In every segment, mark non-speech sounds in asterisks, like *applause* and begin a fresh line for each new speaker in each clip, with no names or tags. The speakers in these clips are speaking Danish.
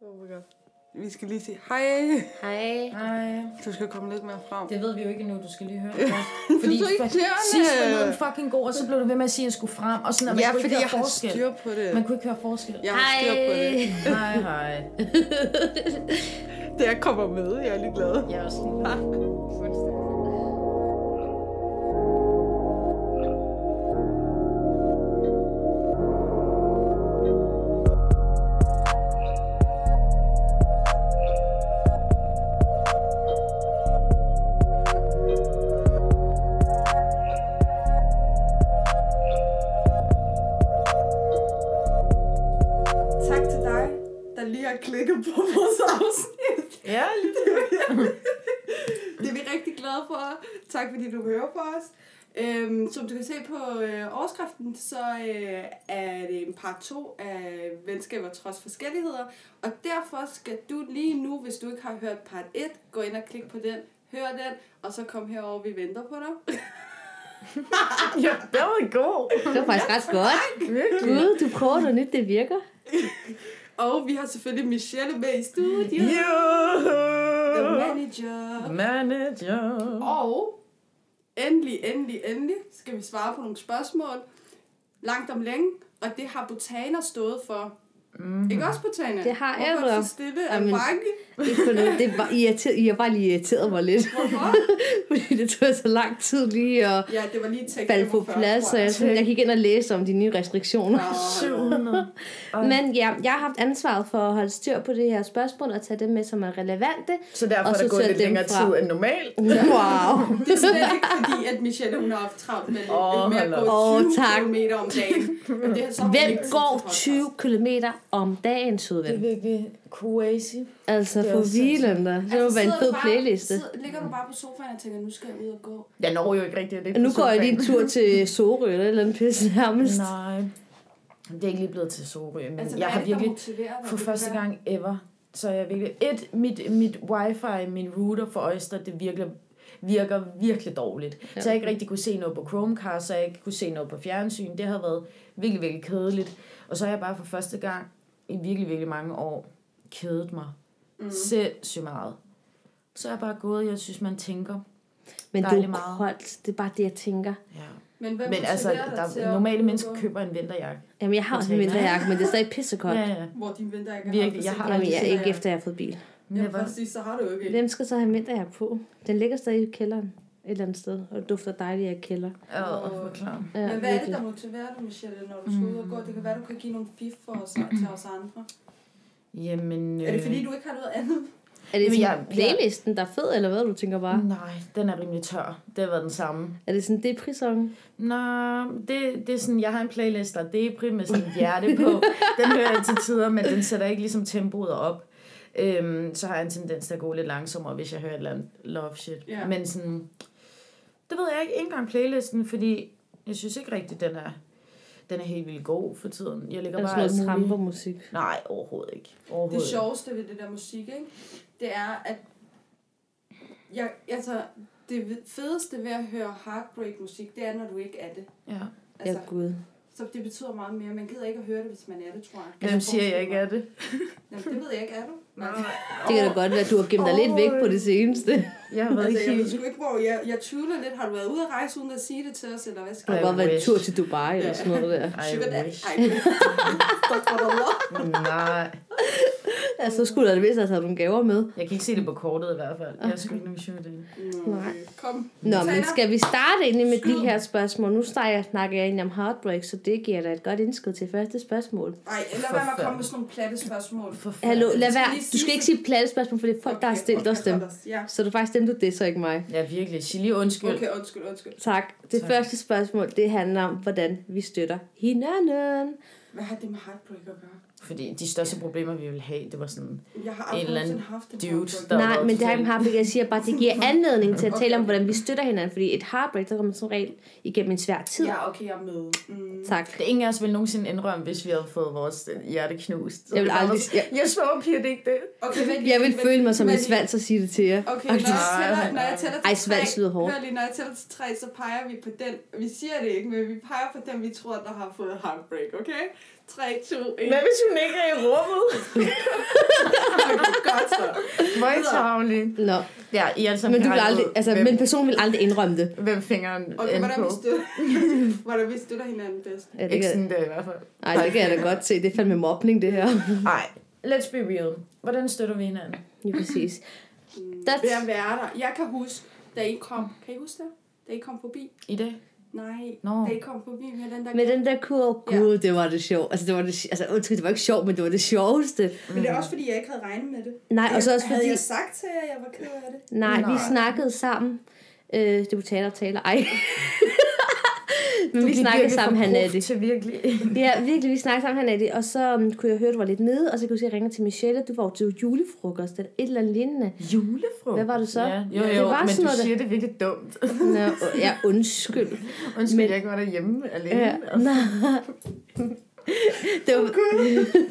Oh my god. Vi skal lige sige hej.
Hej.
Nej,
Du skal komme lidt mere frem.
det ved vi jo ikke endnu. *laughs* Du skal lige høre det først. Fordi
Du er ikke
først-
kløerne.
sidst var lyden fucking god, og så blev du ved med at sige, at jeg skulle frem. Og sådan, og man
Ja,
kunne
fordi
ikke
jeg
høre
har
forskel.
styr på det.
Man kunne ikke høre forskel.
Jeg har
Hej.
styr på det.
Hej, hej.
Da jeg kommer med, jeg er lige glad.
Jeg er også sådan,
Tak til dig, der lige har klikket på vores afsnit.
ja, lige det.
Det er vi rigtig glade for. Tak fordi du hører på os. Øhm, som du kan se på øh, overskriften, så øh, er det en part 2 af Venskaber trods forskelligheder. Og derfor skal du lige nu, hvis du ikke har hørt part 1, gå ind og klik på den, hør den, og så kom herover, vi venter på dig.
Ja, det var god.
Det var faktisk ret godt.
Virkelig.
Gud, du prøver noget nyt, det virker.
Og vi har selvfølgelig Michelle med i studiet.
You.
The manager.
Manager.
Og endelig, endelig, endelig skal vi svare på nogle spørgsmål. Langt om længe. Og det har Botana stået for.
Mhm.
Mm. Ikke også, Botana?
Det har jeg
Hvorfor er
da.
du så stille af
Jamen.
banke?
Ikke for noget. Det var irriteret. I har bare lige irriteret mig lidt. *laughs*
Hvorfor?
Fordi det tog så lang tid lige at
Ja, det var lige tekst
falde på
nummer 40,
plads. øh.
tror
Så jeg,
jeg.
sådan, jeg gik ind og læste om de nye restriktioner.
Nå,
700.
Men ja, jeg har haft ansvaret for at holde styr på det her spørgsmål og tage dem med, som er relevante.
Så derfor
Og
er
så
der gået
tager
lidt
dem
længere
fra.
tid end normalt.
Wow. *laughs*
Det er slet ikke fordi, at Michelle hun har haft travlt med,
Åh,
med at
hold
gå
op.
20
Åh, tak.
km om dagen. Men det har så hun
Hvem
ikke tid til
går
podcast.
20 km om dagen,
Det er
sødven?
virkelig crazy.
Altså,
det er
for
også
hvilen der. Det må
Altså,
være en
sidder
fed
du bare-
playliste.
sidder- Ligger du bare på sofaen og tænker, nu skal jeg ud og gå.
Jeg når jo ikke rigtigt. Det er
Nu
på
går jeg
sofaen.
lige en tur til Sorø eller et eller andet pisse nærmest.
Nej. Det er ikke lige blevet til Sorø, men
Altså,
altså,
hvad
jeg
er
har
det, der
virkelig
motiverer dig?
for
Det kan
første
være-
gang ever, så er jeg virkelig... Et, mit, mit wifi, min router for Oyster, det virkelig virker virkelig dårligt. Ja. Så jeg ikke rigtig kunne se noget på Chromecast, så jeg ikke kunne se noget på fjernsyn. Det har været virkelig, virkelig kedeligt. Og så er jeg bare for første gang i virkelig, virkelig mange år kædet mig mm. sindssygt meget. Så er jeg bare gået, jeg synes, man tænker.
Men det er
Dejligt
jo
meget.
koldt. Det er bare det, jeg tænker.
Ja.
Men, hvem
Men altså,
motiverer dig til
der,
at
normale mennesker
gå?
køber en vinterjakke.
Jamen, jeg har også en
Container.
vinterjakke, men det er stadig pissekoldt.
Ja,
Ja,
ja.
Hvor din vinter ikke
Virkelig, jeg har
Jamen,
aldrig
jeg
set
ikke efter, jeg har fået bil.
Jeg
Never.
præcis, så har du jo ikke. en.
Hvem skal så have en vinterjakke på? Den ligger stadig i kælderen et eller andet sted, og dufter dejligt af kælder.
Åh, hvor klar.
Ja,
Men hvad er det,
virkelig.
der motiverer dig, Michelle, når du skal ud og gå? Det kan være, du kan give nogle fif for os, til os andre.
Jamen...
Er det
øh,
fordi, du ikke har noget andet?
Er det
Jamen,
sådan
jeg-
playlisten, der er fed, eller hvad du tænker bare?
Nej, den er rimelig tør. Det har været den samme.
Er det sådan en depri-song?
Nå, det, det er sådan, jeg har en playlist, der er deprim med sådan et hjerte
*laughs*
på. Den hører jeg til tider, men den sætter ikke ligesom tempoet op. Øhm, så har jeg en tendens til at gå lidt langsommere, hvis jeg hører et eller andet love shit.
Ja.
Men sådan, det ved jeg ikke, ikke engang playlisten, fordi jeg synes ikke rigtigt, den er, den er helt vildt god for tiden. Jeg ligger
Er det
bare
sådan noget
alt muligt-
trampermusik?
Nej, overhovedet ikke. Overhovedet
Det sjoveste ved det der musik, ikke? Det er, at jeg, altså, det fedeste ved at høre heartbreak-musik, det er, når du ikke er det.
ikke. Ja.
Ja,
Altså,
gud.
så det betyder meget mere. Man gider ikke at høre det, hvis man er det, tror jeg.
Hvem siger, jeg ikke er det?
Jamen, det ved jeg ikke, er du? Nej.
Det kan da godt være, at du har gemt dig lidt væk på det seneste.
Jeg har været
Altså, jeg
helt...
ved sgu ikke, hvor jeg, jeg tvivler lidt. Har du været ude at rejse uden at sige det til os, eller hvad
Du
skal
har
jeg?
Ej,
bare været en
wish.
tur til Dubai eller sådan noget der.
I
Sugar daddy.
wish.
Ej, stop for dig, lov.
Nej.
Ja, så skulle der da vist have taget nogle gaver med.
Jeg kan ikke se det på kortet i hvert fald. Jeg skulle ikke nogen sjovt det.
Nej.
Kom.
Nå, men
Taler.
skal vi starte egentlig med
Skyd.
de her spørgsmål? Nu snakker jeg, snakker jeg egentlig om heartbreak, så det giver dig et godt indskud til første spørgsmål.
Nej, lad være med at komme med sådan nogle platte spørgsmål.
Hallo, lad
Altså, skal
være.
lige sige
Du skal ikke sige platte spørgsmål, for det er folk, der har stillet os dem.
Ja.
Så du faktisk dem, du det, så ikke mig.
Ja, virkelig. Sig lige undskyld. Okay.
Okay, undskyld, undskyld.
Tak. Det
Tak.
første spørgsmål, det handler om, hvordan vi støtter hinanden.
Hvad har det med heartbreak at gøre?
Fordi de største problemer, vi ville have, det var sådan...
Jeg har
En
aldrig
eller anden
nogensinde haft en
dude,
heartbreak.
der- var
Nej,
noget
men det har
totalt-
ikke heartbreak. Jeg siger bare,
*laughs*
det giver anledning til at tale om,
Okay.
hvordan vi støtter hinanden. Fordi et heartbreak, der kommer som regel igennem en svær tid.
Ja, okay, jeg er med. Mm.
Tak.
Det er ingen af os ville nogensinde indrømme, hvis vi havde fået vores øh, hjerte knust. Så
Jeg vil
det var
aldrig-
sådan, Jeg, jeg svor, piger, det er ikke det.
Okay, vent lige,
Jeg vil
vent
føle mig
lige,
som en
vent lige.
svans og sige det til jer.
Okay, når jeg, tæller, når jeg tæller til
Ej, svans
tre-
lyder hårdt.
Hør lige, når jeg tæller til tre, så peger vi på den. Vi siger det ikke, men vi peger på den, vi tror, der *laughs* har fået heartbreak, okay? 3, 2, 1.
Hvad hvis hun ikke er i rummet?
så.
Møgtavlig.
Nå,
Ja, I alle sammen
men, du
kan
vil
regne
aldrig,
ud,
altså,
hvem,
men personen vil aldrig indrømme det.
hvem fingeren
Okay,
end
hvordan
på.
vi,
*laughs*
støtter, hvordan vi støtter hinanden bedst.
Ja, det
Ikke
kan,
sådan det i hvert fald.
ej, det kan jeg da godt se. Det er fandme mobning, det her.
Nej, let's be real. Hvordan støtter vi hinanden?
Ja, præcis.
Mm,
Der-
ved at være der. Jeg kan huske, da I kom. Kan I huske det? Da I kom forbi.
I dag?
Nej,
Nå.
da I kom forbi med den der...
Med den der kurv,
Ja.
gud, det var det sjovt. Altså, det var det, altså, undskyld, det var ikke sjovt, men det var det sjoveste.
Men det er også, fordi jeg ikke havde regnet med det.
Nej, og så også
Havde
fordi...
jeg sagt til jer, at jeg var ked af det?
Nej, vi
Nej.
snakkede sammen. Øh, det var taler og taler. *laughs* Ej. men vi
gik
snakkede
virkelig fra
sammen, han er
prof
det.
Til virkelig.
Ja, virkelig, vi snakkede sammen, han er det. Og så um, kunne jeg høre, du var lidt nede, og så kunne jeg se, at jeg ringede til Michelle. Du var jo til julefrokost eller et eller andet *laughs* lignende.
Julefrugt.
Hvad var det så?
Ja, jo, jo,
Det var
men
sådan
du
noget,
siger det virkelig dumt.
Nå, og- ja, undskyld.
Undskyld,
Men-
men... jeg ikke var derhjemme alene.
Ja, nej. *laughs* det var,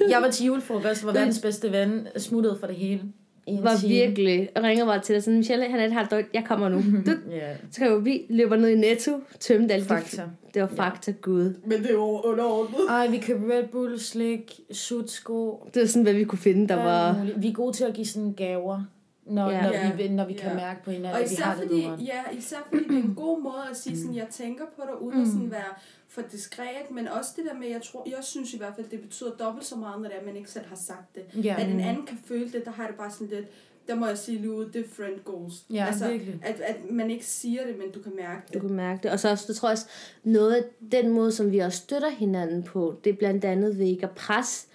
Jeg var til julefrokost, hvor verdens bedste ven smuttede for det hele. I en
var
time.
virkelig. Og ringede bare til dig sådan, Michelle, han er et halvt døgn, jeg kommer nu. Du,
Ja,
så kan vi løber ned i Netto, tømte alt.
fakta.
Det var fakta, gud.
Men det er jo underordnet.
Ej, vi købte Red Bull, slik, sutsko.
Det var sådan, hvad vi kunne finde, der var...
Vi er gode til at give sådan gaver, når,
Ja.
når,
Ja.
vi, når vi kan
Ja.
mærke på hinanden,
Og
at vi
især
har det
fordi,
nummeren.
ja, især fordi det er en god måde at sige, sådan, jeg tænker på dig, uden at sådan være for diskret, men også det der med, jeg tror, jeg synes i hvert fald, det betyder dobbelt så meget, når det er, man ikke selv har sagt det.
Ja.
At en anden kan føle det, der har jeg det bare sådan lidt, der må jeg sige lige ud, det er friend goals.
Ja,
altså,
virkelig.
At, at man ikke siger det, men du kan mærke
Du
det.
kunne mærke det. Og så også, jeg tror jeg også, noget af den måde, som vi også støtter hinanden på, det er blandt andet ved ikke at presse.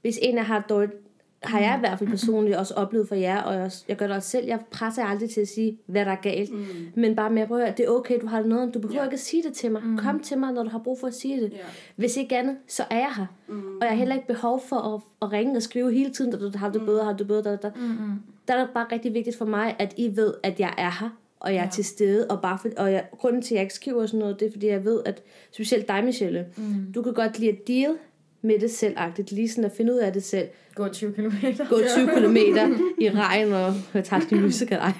Hvis en af jer har et dårligt, har jeg i hvert fald personligt også oplevet for jer, og jeg, også, jeg gør det også selv, jeg presser jer aldrig til at sige, hvad der er galt. Mm. Men bare med at prøve at høre, det er okay, du har noget, du behøver
Ja.
ikke at sige det til mig. Mm. Kom til mig, når du har brug for at sige det.
Ja.
Hvis ikke andet, så er jeg her. Mm. Og jeg har heller ikke behov for at, at ringe og skrive hele tiden, "Da, da, da, har du bedre, har du bedre, da, da. Mm. Der er det bare rigtig vigtigt for mig, at I ved, at jeg er her, og jeg er til stede. Og, bare for, og jeg, grunden til, at jeg ikke skriver sådan noget, det er, fordi jeg ved, at specielt dig, Michelle, mm. du kan godt lide at deal med det selvagtigt, lige sådan at finde ud af det selv.
Gå 20 kilometer.
Gå 20 km i regn og høre Task Musical, ej.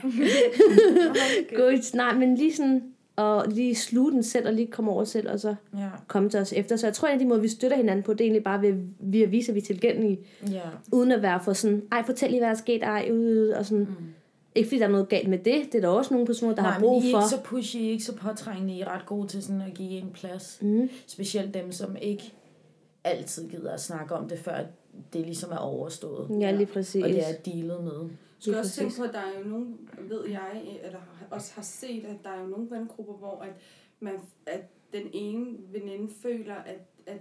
Gå i, nej, men lige sådan, og lige sluge den selv, og lige komme over selv, og så
Ja,
komme til os efter. Så jeg tror, at en af de måder, vi støtter hinanden på, det er egentlig bare ved, ved at vise, at vi er tilgængelige,
ja.
uden at være for sådan, ej, fortæl lige, hvad der er sket, ej, øh, øh, og sådan. Mm. Ikke fordi der er noget galt med det, det er der også nogle personer, der Nej, har
men
brug
I er
for.
ikke så pushy, I er ikke så påtrængende, I er ret gode til sådan at give en plads. Mm. Specielt dem, som ikke altid gider at snakke om det, før det ligesom er overstået.
Ja, lige præcis.
Og det er dealet med.
Du skal
Lige
også tænke
præcis.
på, at der er jo nogen, ved jeg, eller har- også har set, at der er jo nogle vengrupper, hvor at, man, at den ene veninde føler, at, at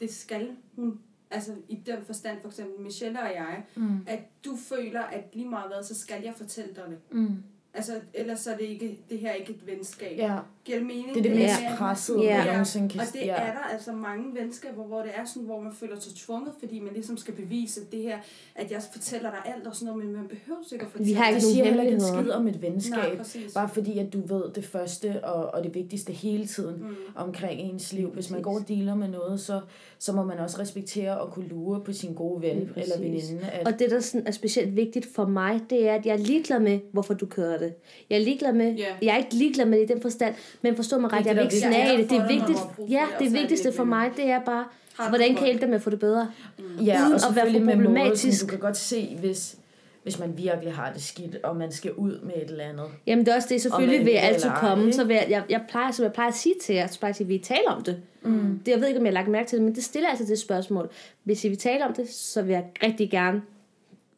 det skal hun. Altså i den forstand, for eksempel Michelle og jeg, mm. at du føler, at lige meget hvad, så skal jeg fortælle dig det.
Mm.
Altså ellers så er det, ikke, det her er ikke et venskab.
Ja,
Giver det mening?
det er det
Ja.
mest
er-
pressede,
Ja.
man nogensinde kan
og det
ja.
er der altså mange venskaber, hvor det er sådan, hvor man føler sig tvunget, fordi man ligesom skal bevise at det her, at jeg fortæller dig alt og sådan noget, men man behøver ikke at fortælle
Vi har
det.
ikke
Det
nogen
siger heller ikke en
hemmeligheder.
skid om et venskab.
Nej, præcis.
bare fordi, at du ved det første og, og det vigtigste hele tiden mm. omkring ens liv. Hvis man går og dealer med noget, så, så må man også respektere og kunne lure på sin gode ven
Lige præcis.
eller veninde. At,
Og det, der sådan er specielt vigtigt for mig, det er, at jeg er ligeglad med, hvorfor du kører det. Jeg er ligeglad med,
Ja.
jeg er ikke ligeglad med det i den forstand, men forstå mig ret,
Det
jeg
er
vil
det,
ikke
der er
snage i det. Det er
vigtigt. Jeg er
vigtigt,
for, når man har brug for
ja,
det, og
det
så er det
vigtigste
lidt
for mig, det er bare,
Har du
hvordan kan
godt?
jeg hjælpe dig med at få det bedre?
ja,
uden
og
at være for
selvfølgelig med måden,
problematisk.
Du kan godt se, hvis, hvis man virkelig har det skidt, og man skal ud med et eller andet.
Jamen det er også det, selvfølgelig
man
vil jeg
vil
altid
eller ej,
komme,
ikke?
så vil jeg, jeg, jeg plejer, som jeg plejer at sige til jer, så plejer jeg at sige, at vi taler om det. Mm. det. Jeg ved ikke, om jeg har lagt mærke til det, men det stiller jeg altid det spørgsmål. Hvis I vil tale om det, så vil jeg rigtig gerne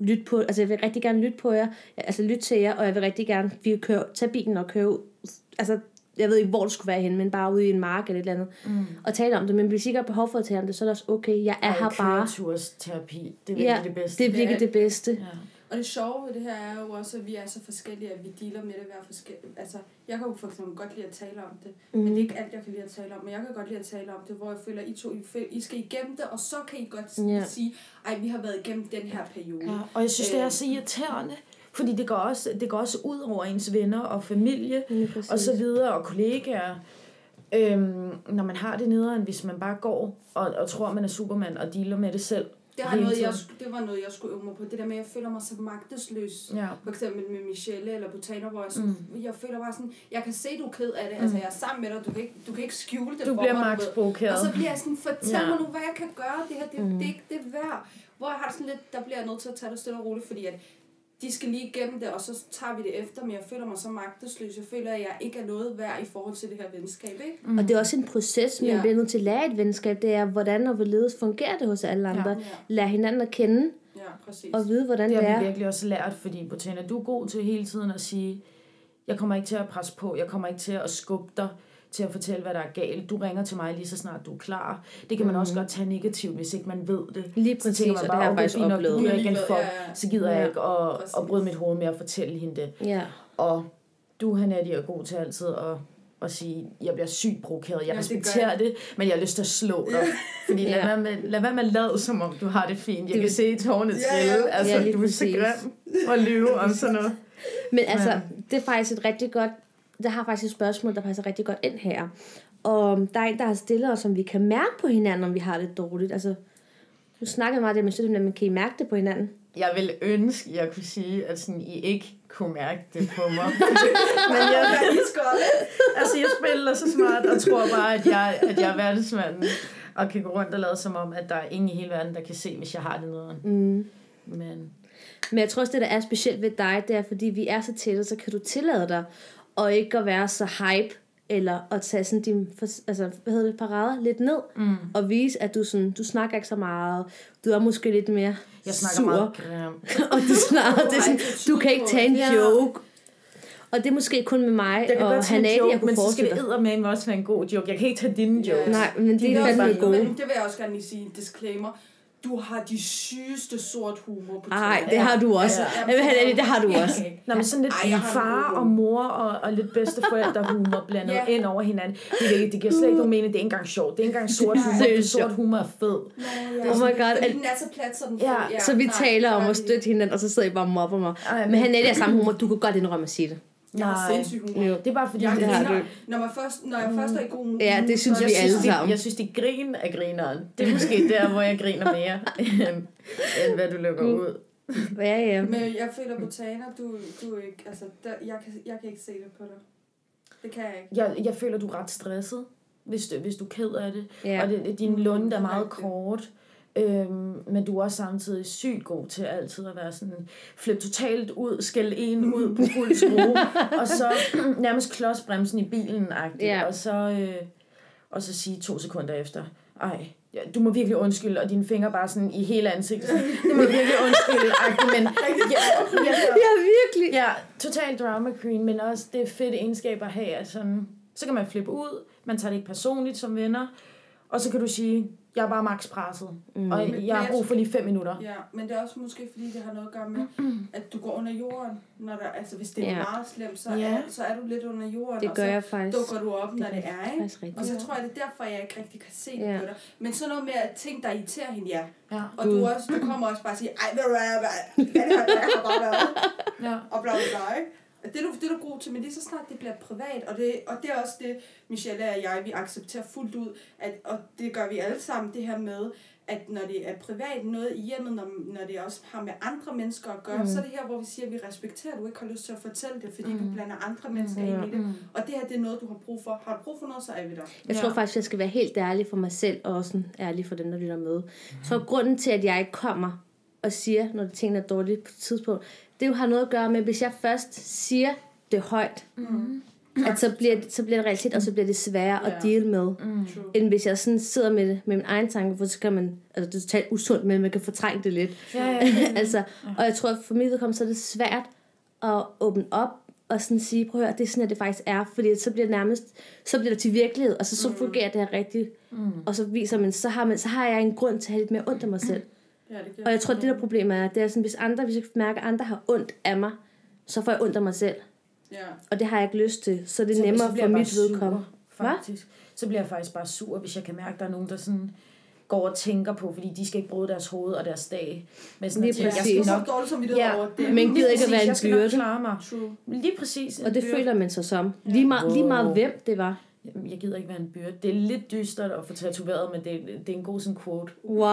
lytte på, altså jeg vil rigtig gerne lytte på jer, altså lytte til jer, og jeg vil rigtig gerne, vi kan køre, tage bilen og køre ud, altså jeg ved ikke, hvor det skulle være henne, men bare ude i en mark eller et eller andet, mm. og tale om det. Men hvis I ikke har behov for at tale om det, så er det også okay, jeg er her bare.
Køretursterapi, det er virkelig
Ja,
ja, det bedste.
det er virkelig det bedste.
Ja.
Og det sjove ved det her er jo også, at vi er så forskellige, at vi dealer med det hver forskellige. Altså, jeg kan jo for eksempel godt lide at tale om det, mm. men det er ikke alt, jeg kan lide at tale om. Men jeg kan godt lide at tale om det, hvor jeg føler, at I to, I, føl- I skal igennem det, og så kan I godt
Ja.
yeah. sige, ej, vi har været igennem den her periode.
Ja, og jeg synes,
Øh.
det er så irriterende, fordi det går også, det går også ud over ens venner og
Mm.
familie
præcis.
og så videre og kollegaer. Øhm, når man har det nederen, hvis man bare går og, og tror, man er supermand og dealer med det selv.
Det, har
hele
noget, jeg,
tiden.
sk- det var noget, jeg skulle øve mig på. Det der med, at jeg føler mig så magtesløs.
Ja.
For eksempel med Michelle eller på Taner, hvor jeg, sådan, mm. jeg føler bare sådan, jeg kan se, du er ked af det. Altså, jeg er sammen med dig, du kan ikke, du kan ikke skjule det
Du
for
bliver
mig.
max
ved.
provokeret.
Og så bliver jeg sådan, fortæl ja.
Ja.
mig nu, hvad jeg kan gøre. Det her, det, mm. det er ikke det værd. Hvor jeg har det sådan lidt, der bliver jeg nødt til at tage det stille og roligt, fordi at de skal lige igennem det, og så tager vi det efter, men jeg føler mig så magtesløs. Jeg føler, at jeg ikke er noget værd i forhold til det her venskab, ikke?
Mm. Og det er også en proces, man
Ja.
ja. bliver nødt til at lære i et venskab. Det er, hvordan og hvorledes fungerer det hos alle andre. Ja.
Ja.
Lære hinanden at kende
Ja, præcis.
og vide, hvordan
Det
det,
har vi
er.
virkelig også lært, fordi Botana, du er god til hele tiden at sige, jeg kommer ikke til at presse på, jeg kommer ikke til at skubbe dig til at fortælle, hvad der er galt. Du ringer til mig lige så snart du er klar. Det kan man mm. også godt tage negativt, hvis ikke man ved det.
Mhm. Lige
Så tænker
præcis,
man
og det har
bare,
jeg
okay,
faktisk
fint nok, du
oplevet.
gider ikke en fuck,
Ja, ja.
så gider jeg
Ja,
ikke at, at
præcis.
bryde mit hoved med at fortælle hende det.
Ja.
Og du, Hanetti, er god til altid at, at sige, jeg bliver sygt provokeret, jeg
Ja, det gør
respekterer det, men jeg har lyst til at slå dig. Fordi lad,
Ja.
være med, lad være med at lade, som om du har det fint. Jeg
Det
kan
vil-
se i tårnet
Ja, ja.
trille. Ja, ja. Altså,
Ja, lige
du er så
præcis.
grim at lyve om sådan noget.
Men altså, det er faktisk et rigtig godt... Der har faktisk et spørgsmål, der passer rigtig godt ind her. Og der er en, der har stillet os, om vi kan mærke på hinanden, om vi har det dårligt. Altså, nu snakker jeg meget om det, men så er det, nemlig, kan I mærke det på hinanden?
Jeg ville ønske, jeg kunne sige, at sådan, I ikke kunne mærke det på mig. *laughs* men jeg,
Ja, I skal også.
altså, jeg spiller så smart og tror bare, at jeg, at jeg er verdensmanden. Og kan gå rundt og lade som om, at der er ingen i hele verden, der kan se, hvis jeg har det nederen.
Mm.
Men
Men jeg tror også, det, der er specielt ved dig, det er, fordi vi er så tætte, så kan du tillade dig og ikke at være så hype, eller at tage sådan din, for- altså, hvad hedder det, parader lidt ned, mm. og vise, at du, sådan, du snakker ikke så meget, du er måske lidt mere
jeg snakker
sur.
meget grimt.
*laughs* og det er snarere, det er sådan, du kan ikke tage en
Ja.
joke. Og det er måske kun med mig
Jeg kan
og
godt tage en
Hanadi, jeg
joke,
kunne
men så skal
forestille
det
mig.
eddermame også være en god joke. Jeg kan ikke tage dine
Ja.
jokes.
Nej, men
De
det
er
er
Det,
fandme
er
også-
gode.
gode.
Men det vil jeg også gerne lige sige en disclaimer. Du har de sygeste sort humor på
Nej,
tøjet.
det har du også.
Ja.
Jamen, Hanadi, det har du også.
Nå, men sådan lidt
Ej, jeg har en
far
god
og mor og, og lidt bedsteforældre *laughs* humor blandet
Ja.
yeah. ind over hinanden. Det, det, det giver slet ikke nogen mening. Det er ikke engang sjovt. Det er ikke engang sort humor. for
Seriøst,
sort humor er fed.
Ja.
Oh my god.
Fordi den er så plat, så den
Ja,
får-
Så vi
nej,
taler om
nej.
at støtte hinanden, og så sidder I bare og mobber mig.
Ej,
Men Hanadi er samme humor, du kan godt indrømme at sige det.
Jeg har
Nej.
sindssyg humor.
Jo.
Det er bare fordi,
Jeg
det er-
har du
griner,
ikke.
når, man først, når jeg først er i god humor.
Ja, det synes
så er
vi
jeg
alle
sådan-
det,
sammen.
Jeg synes, det grin er grineren. *laughs* Det er måske der, hvor jeg griner mere, end, end hvad du lukker ud.
Ja, ja.
Men jeg føler på taner, du, du er ikke, altså, der, jeg, kan, jeg kan ikke se det på dig. Det kan jeg ikke.
Jeg, jeg føler, du er ret stresset, hvis du, hvis du er ked af det.
Ja.
Og det, din lunde er meget
Rigtigt.
kort. Øhm, men du er også samtidig sygt god til altid at være sådan, flip totalt ud, skæld en ud på fuld skrue, og så *clears throat* nærmest klodsbremsen i bilen,
Ja.
og så øh, og så sige to sekunder efter, ej, ja, du må virkelig undskylde, og dine fingre bare sådan i hele ansigtet, sådan, du må virkelig undskylde, agtig, men ja, ja,
Ja, virkelig.
Ja, total drama queen, men også det er fedt egenskab at have, at sådan, så kan man flippe ud, man tager det ikke personligt som venner, og så kan du sige, jeg er bare max presset, mm. og jeg har brug for lige fem minutter.
Ja, men det er også måske, fordi det har noget at gøre
*clears throat*
med, at du går under jorden. Når der, altså, hvis det er
Ja.
meget slemt, så,
Ja.
er, så er du lidt under jorden.
Det
og
gør
så
jeg faktisk.
dukker du op, når det
er
er, ikke?
faktisk rigtigt.
Og så tror jeg, det er derfor, jeg ikke rigtig kan se
Ja.
det på dig. Men sådan noget med at ting, der irriterer hende, ja.
Ja.
Og
Mm.
du, også, du kommer også bare og siger, ej, hvad er det, hvad er det, har bare været,
ja.
og bla bla bla, ikke? Og Det er, du, det er du god til, men lige så snart det bliver privat, og det, og det er også det, Michelle og jeg, vi accepterer fuldt ud, at, og det gør vi alle sammen, det her med, at når det er privat noget i hjemmet, når, når det også har med andre mennesker at gøre, mm. så er det her, hvor vi siger, at vi respekterer, at du ikke har lyst til at fortælle det, fordi mm. du blander andre mennesker mm. ind i det. Og det her, det er noget, du har brug for. Har du brug for noget, så er vi der.
Jeg tror faktisk, jeg skal være helt ærlig for mig selv, og også sådan ærlig for dem, der lytter med. Så grunden til, at jeg ikke kommer og siger, når tingene er dårlige på et tidspunkt, det jo har noget at gøre med, hvis jeg først siger det højt, mm. at så bliver, det- så bliver det realitet, og så bliver det sværere at
Ja.
deal med.
Mm. True.
End hvis jeg sådan sidder med, det- med min egen tanke, for så kan man, altså det er totalt usundt, men man kan fortrænge det lidt.
Ja, ja,
*laughs* altså, og jeg tror, at for mit vedkommende, så er det svært at åbne op og sådan sige, prøv at høre, det er sådan, at det faktisk er, fordi så bliver det nærmest, så bliver det til virkelighed, og så, så fungerer det her rigtigt, mm. og så viser man, så har, man, så har jeg en grund til at have lidt mere ondt af mig selv.
Ja, det
Og jeg tror, det der problem er, det er sådan, hvis andre, hvis jeg mærker, at andre har ondt af mig, så får jeg ondt af mig selv,
Ja.
og det har jeg ikke lyst til, så det er
Så- så
nemmere
bliver
for
jeg bare
mit vedkommende.
Sur, faktisk. Så bliver jeg faktisk bare sur, hvis jeg kan mærke, at der er nogen, der sådan går og tænker på, fordi de skal ikke bruge deres hoved og deres dag. Men sådan,
Lige
at tænke,
Jeg
jeg
skal
præcis.
skal
så
nok,
dårligt som vi
Ja.
over det.
Men gider ikke at
Præcis,
være en
jeg skal nok
byrde.
klare mig.
True.
Lige præcis. en
Og det
byrde.
føler man sig som. Lige meget, lige meget hvem det var.
Jamen, Jeg gider ikke være en byrde. Det er lidt dystert at få tatoveret, men det, det er en god sådan quote.
Wow.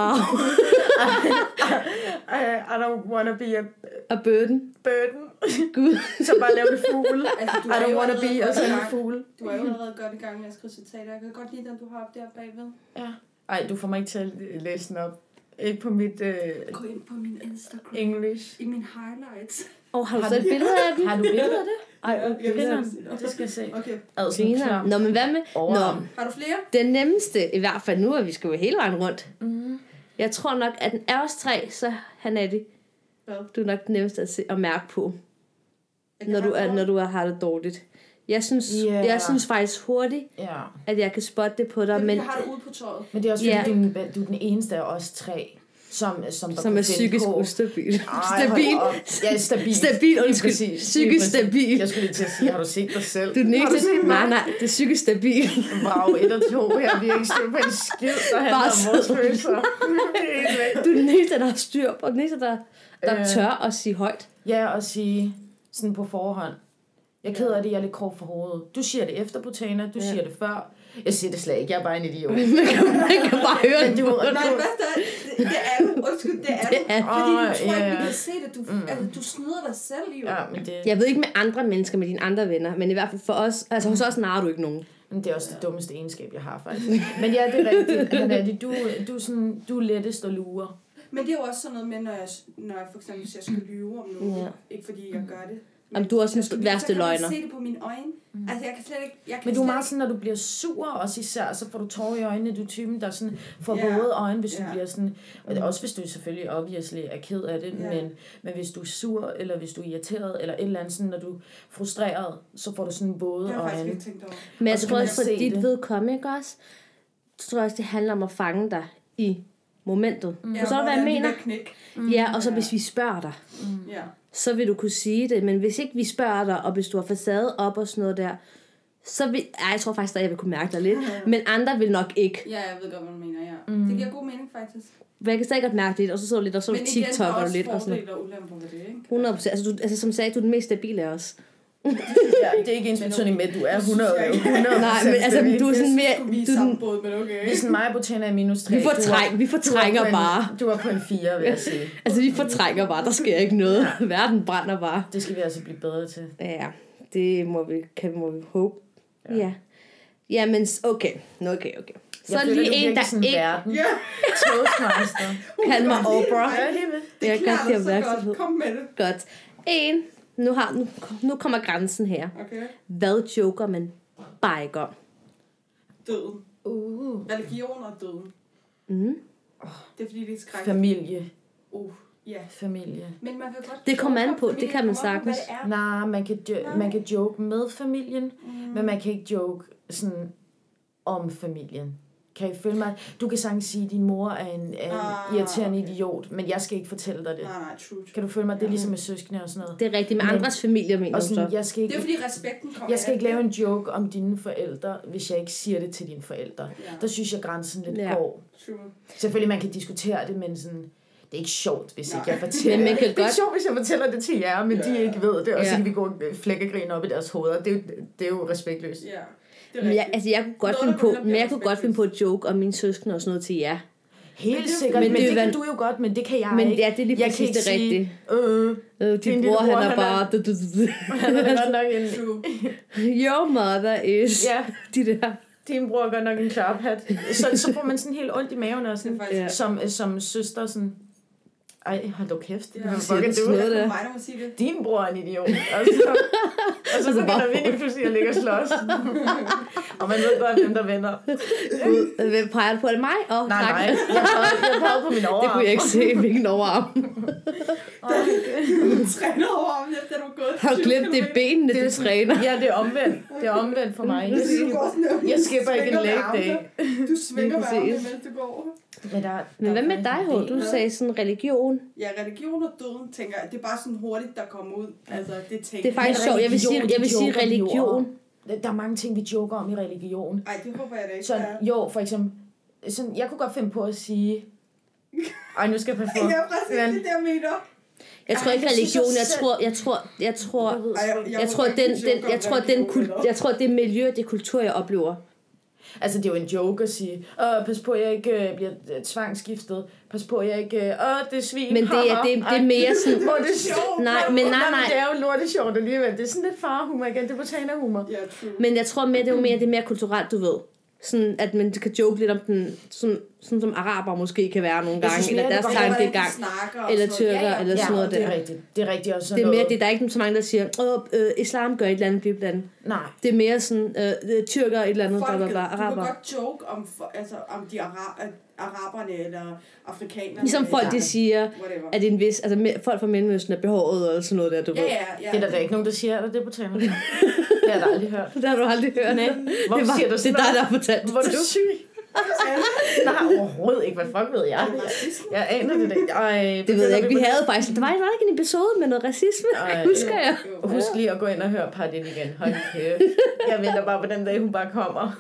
I, I don't wanna be a
Og bøden.
burden.
Gud.
*laughs* Så bare lave det *laughs* fugl.
Altså, du
I
er
don't
jo
wanna
allerede
be
godt
og så
i
en
gang.
fugl.
Du er jo allerede godt i gang med at skrive citater. Jeg kan godt lide den, du har op der bagved.
Ja. Ej, du får mig ikke til at læse den op. Ikke på mit øh,
Gå ind på min Instagram.
English.
I min highlights.
Og har du
Har
så et
du-
billede af dem?
Har du billeder af det?
Ej, hvor
jeg vil
grineren.
sådan-
Det skal jeg se.
Okay.
Altså,
Griner. Nå, men hvad med?
Overarm.
Nå,
Har du flere?
den nemmeste, i hvert fald nu, at vi skal jo hele vejen rundt.
Mm-hmm.
Jeg tror nok, at den er os tre, så han er det.
Hvad?
Du er nok den nemmeste at, se, at mærke på,
Jeg
når
kan
du, er,
godt-
når du er, har det dårligt. Jeg synes,
Ja.
yeah. jeg synes faktisk hurtigt,
Ja.
at jeg kan spotte det på dig,
Det,
men
men... Jeg har det ude på tøjet.
Men det er også fordi,
Ja.
yeah. du, er den- du er den eneste af os tre, som, som, der
som
kunne
er
finde
psykisk
på.
ustabil.
Ej,
stabil.
hold op. Ja, stabil.
*laughs* Stabil,
Lige
undskyld.
præcis, lige
Psykisk
præcis.
stabil.
Jeg skulle lige til at sige, har du set dig selv?
Du er den
Har du
eneste.
set mig?
Nej, nej, det er psykisk stabil. *laughs*
Wow, et og to her, vi er ikke styr på en skid, der handler om vores
sidde.
følelser. *laughs* Det er helt væk.
Du er den eneste, der har styr på. Den eneste, der, der
Øh.
tør at sige højt. *laughs*
Ja, og sige sådan på forhånd. Jeg er ked af det, jeg er lidt krog for hovedet. Du siger det efter på Tana, du
Ja.
ja. siger det før. Jeg siger det slet ikke, jeg er bare en
*laughs*
idiot.
Man kan, man kan bare høre
Men
det.
du,
Nej,
du,
hvad er det? Det er du. Undskyld, det er du.
Det er- Mm.
Fordi du
Åh,
tror ikke,
ja,
vi
ja.
kan se det. Du, altså, du snyder dig selv i.
ja, men det,
Jeg ved ikke med andre mennesker, med dine andre venner, men i hvert fald for os, altså hos os narer du ikke nogen.
men det er også det dummeste egenskab, jeg har
*laughs*
faktisk. Men ja, det er rigtigt. Hanadi, du, du, er sådan, du er lettest at lure.
Men det er jo også sådan noget med, når jeg, når jeg for eksempel hvis jeg skal lyve om noget.
Ja.
Ikke fordi jeg gør det.
Jamen, du er også
jeg
den
skal lyve,
værste
så kan man
løgner. Mm.
se det på mine øjne. Altså, jeg kan slet ikke... Jeg kan
Men du er
slet
meget sådan, når du bliver sur også især, så får du tårer i øjnene. Du er typen, der sådan får
Ja.
yeah. våde øjne, hvis yeah.
Ja.
du bliver sådan... Og det, også hvis du selvfølgelig obviously er ked af det,
Ja.
yeah. men, men hvis du er sur, eller hvis du er irriteret, eller et eller andet sådan, når du er frustreret, så får du sådan
Det
våde
har jeg faktisk
øjne.
ikke tænkt over.
Men jeg
Og så
tror
kan
også,
man
for
se
dit
det.
vedkommende, ikke også? Så tror jeg også, det handler om at fange dig i momentet. Mm.
Ja,
Forstår du,
hvor
hvad
der
jeg
er lige
mener?
der Knæk.
Ja, og så
Ja.
hvis vi spørger dig,
Ja.
så vil du kunne sige det. Men hvis ikke vi spørger dig, og hvis du har facade op og sådan noget der, så vil... Ej, jeg tror faktisk, at jeg vil kunne mærke dig lidt. Men andre vil nok ikke.
ja, jeg ved godt, hvad du mener, ja. Mm. Det giver god mening, faktisk.
Men jeg kan stadig godt mærke det lidt, og så sidder du lidt, og så er du
der
TikTok
er
og
også
lidt. Og sådan noget.
fordele og ulemper ved det, ikke?
100 procent. Altså, du, altså, som sagt, du er den mest stabile af os.
Ja, det er ikke ens betydning med, at du er 100,
jeg
*laughs*
100
Nej, men altså, du er sådan mere...
Skulle vi
Du,
i
er
samme
den-
båd, men okay.
Det er sådan mig på Tana er minus 3.
vi, fortræng, vi fortrænger bare.
Du er på en 4,
*laughs*
vil jeg sige.
Altså, vi fortrænger bare. Der sker ikke noget. Verden brænder bare.
Det skal vi altså blive bedre til.
Ja, det må vi, kan, må vi håbe. Ja. ja. Jamen, s- okay. Nå, okay, okay. Så
Jeg føler,
lige
du
en,
virker
der
sådan
ikke
verden.
Ja,
*laughs*
Toastmaster.
kan mig Oprah.
Ja, helt vildt.
det
Jeg
jeg
kan
klarer
se
dig så
opmærksomhed.
godt. Kom med det.
Godt. En. Nu, har, nu, nu kommer grænsen her.
Okay.
Hvad joker man bare ikke om?
Døden.
Uh.
Religion og døden.
Mm.
Det er fordi, det er skræk.
Familie.
Uh, ja.
Familie.
Men man kan godt...
Det kommer an
joke om
på, det
familien,
kan man
kommer an på, hvad
sagtens. Mm.
det er.
Nej, man kan, jo- man kan joke med familien, mm. men man kan ikke joke sådan om familien. Kan I følge mig? Du kan sagtens sige, at din mor er en, er en
Ah,
ah, irriterende
okay.
okay. idiot, men jeg skal ikke fortælle dig det.
Nej, nej, true. true.
Kan du følge mig? Det er ligesom med søskende og sådan noget.
Det er rigtigt med
Men-
andres familie, mener
Og
du
sådan,
så.
jeg skal
Det
ikke...
er fordi, respekten kommer
Jeg skal
af
ikke
det.
lave en joke om dine forældre, hvis jeg ikke siger det til dine forældre.
Ja.
Der synes jeg, grænsen lidt
Ja.
går.
True.
Selvfølgelig, man kan diskutere det, men sådan, det er ikke sjovt, hvis
Nej.
ikke jeg fortæller
Men man *laughs* kan
det. Det er
godt-
sjovt, hvis jeg fortæller det til jer, men ja. de ikke ved det, og ja.
Ja.
så kan vi gå og flækkegrine op i deres hoveder. Det er jo, det er jo respektløst.
Ja, det er
Men jeg,
rigtigt.
altså, jeg kunne godt
Noget,
finde
der
på,
kunne lade
men jeg
være
kunne godt finde på at joke om mine søskende og sådan noget til jer.
Helt men
Men det er jo
det, sikkert,
fordi-
men
Men
det,
det er
kan
jo-
du jo godt, men det kan jeg
Men
ikke.
ja, det er lige
jeg
præcis
kan ikke
det rigtige.
Sige, øh,
Øh, din bror,
Din lillebror,
han er
han er-
bare...
han er godt nok en...
True.
Your mother is...
Ja,
De der.
din bror er godt nok en klaphat. Så, så får man sådan helt ondt i maven og
Det
sådan,
er faktisk...
Ja.
som, øh, som søster sådan... Ej, hold dog kæft.
Ja.
Ja.
Siger
Fuck,
du sådan
du
noget?
Det
der.
er mig, der må sige det.
din bror er en idiot. Og
*laughs*
så, og så
Altså,
begynder
bare
vi lige pludselig at ligge og
*laughs*
slås. og man ved godt, hvem der vinder.
Ud. Øh, Hvem peger du på? Er det mig? Åh, oh,
Nej,
tak.
nej. Jeg pegede, jeg pegede på min
*laughs*
overarm.
Det kunne jeg ikke se, hvilken overarm.
Træner over om lidt, da du er gået.
Har du glemt det er benene,
Det er
du
sådan-
træner?
Ja, det er omvendt. Det er omvendt for mig.
Det er sådan, du går sådan der.
Jeg skipper ikke en
Svinger med
leg day.
armene. Du svinger med
Lige
armene,
præcis.
mens du går over.
Men, der,
Men hvad med dig, H? Du sagde sådan religion.
Ja, religion og døden, tænker jeg, det er bare sådan hurtigt, der kommer ud. Altså, det tænker
Det er faktisk
Men
sjovt. Jeg vil sige,
religion,
jeg vil
de
sige
joker, de
religion.
Der er mange ting, vi joker om i religion.
Ej, det håber jeg da ikke.
Så
der er.
jo, for eksempel... Sådan, jeg kunne godt finde på at sige... Ej, nu skal jeg
*laughs*
passe på.
Ja, præcis
Men-
det, der mener.
Jeg tror
Ej,
ikke
jeg synes
religion.
også
Jeg
selv-
tror, jeg tror, jeg tror,
Ej,
jeg tror,
håber
den,
ikke,
den,
vi joker
jeg
om
tror, den,
religion,
kul,
eller?
jeg tror, det miljø, det kultur, jeg oplever.
Altså, det er jo en joke at sige, åh, pas på, at jeg ikke øh, bliver øh, tvangsskiftet. Pas på, at jeg ikke... øh, Åh, det er svin.
Men det er,
haha."
det, det er
Ej.
mere sådan...
*laughs* Hvor er det sjovt.
Nej, men nej,
men
nej.
Det er jo lort sjovt alligevel. Det er sådan lidt farhumor igen. Det er botanerhumor.
Ja, true.
Mm.
Men jeg tror mere, det er jo mere, det er mere kulturelt, du ved. sådan at man kan joke lidt om den, sådan, sådan som araber måske kan være nogle gange,
synes mere,
eller
det
deres
går-
tankegang.
snakker
eller
sådan noget.
tyrker, eller sådan noget
det er
der.
rigtigt. Det er rigtigt også
Det
sådan
er mere,
noget.
det, der er ikke så mange, der siger, Åh, øh, islam gør et eller andet, bla, bla, bla.
Nej.
Det er mere sådan, øh, øh, tyrker et eller andet, bla, bla,
Folket,
bla,
du
araber.
kan godt joke om, for, altså, om de ara- øh, araberne eller afrikanerne.
Ligesom folk, de
eller
siger,
Whatever.
at en vis, altså me- folk fra Mellemøsten er behåret og sådan noget der, du
Ja,
ved.
ja, ja.
Det er der, der ikke nogen, der siger, at det er på tænder. det har jeg da aldrig hørt.
*laughs* Det har du aldrig hørt.
Nej. Hvorfor
det, var,
siger du
det
sådan
er dig, der har fortalt det
Hvor er
til.
du syg? Nej, overhovedet ikke. Hvad fuck ved jeg?
*laughs*
Jeg aner det ikke. Ej,
Det ved
begynder
jeg ikke. Vi
på-
havde faktisk... Der var, var der ikke en episode med noget racisme,
Ej,
*laughs* husker jeg.
Husk lige at gå ind og høre Pardin igen. Hold kæft. Jeg venter bare på den dag, hun bare kommer.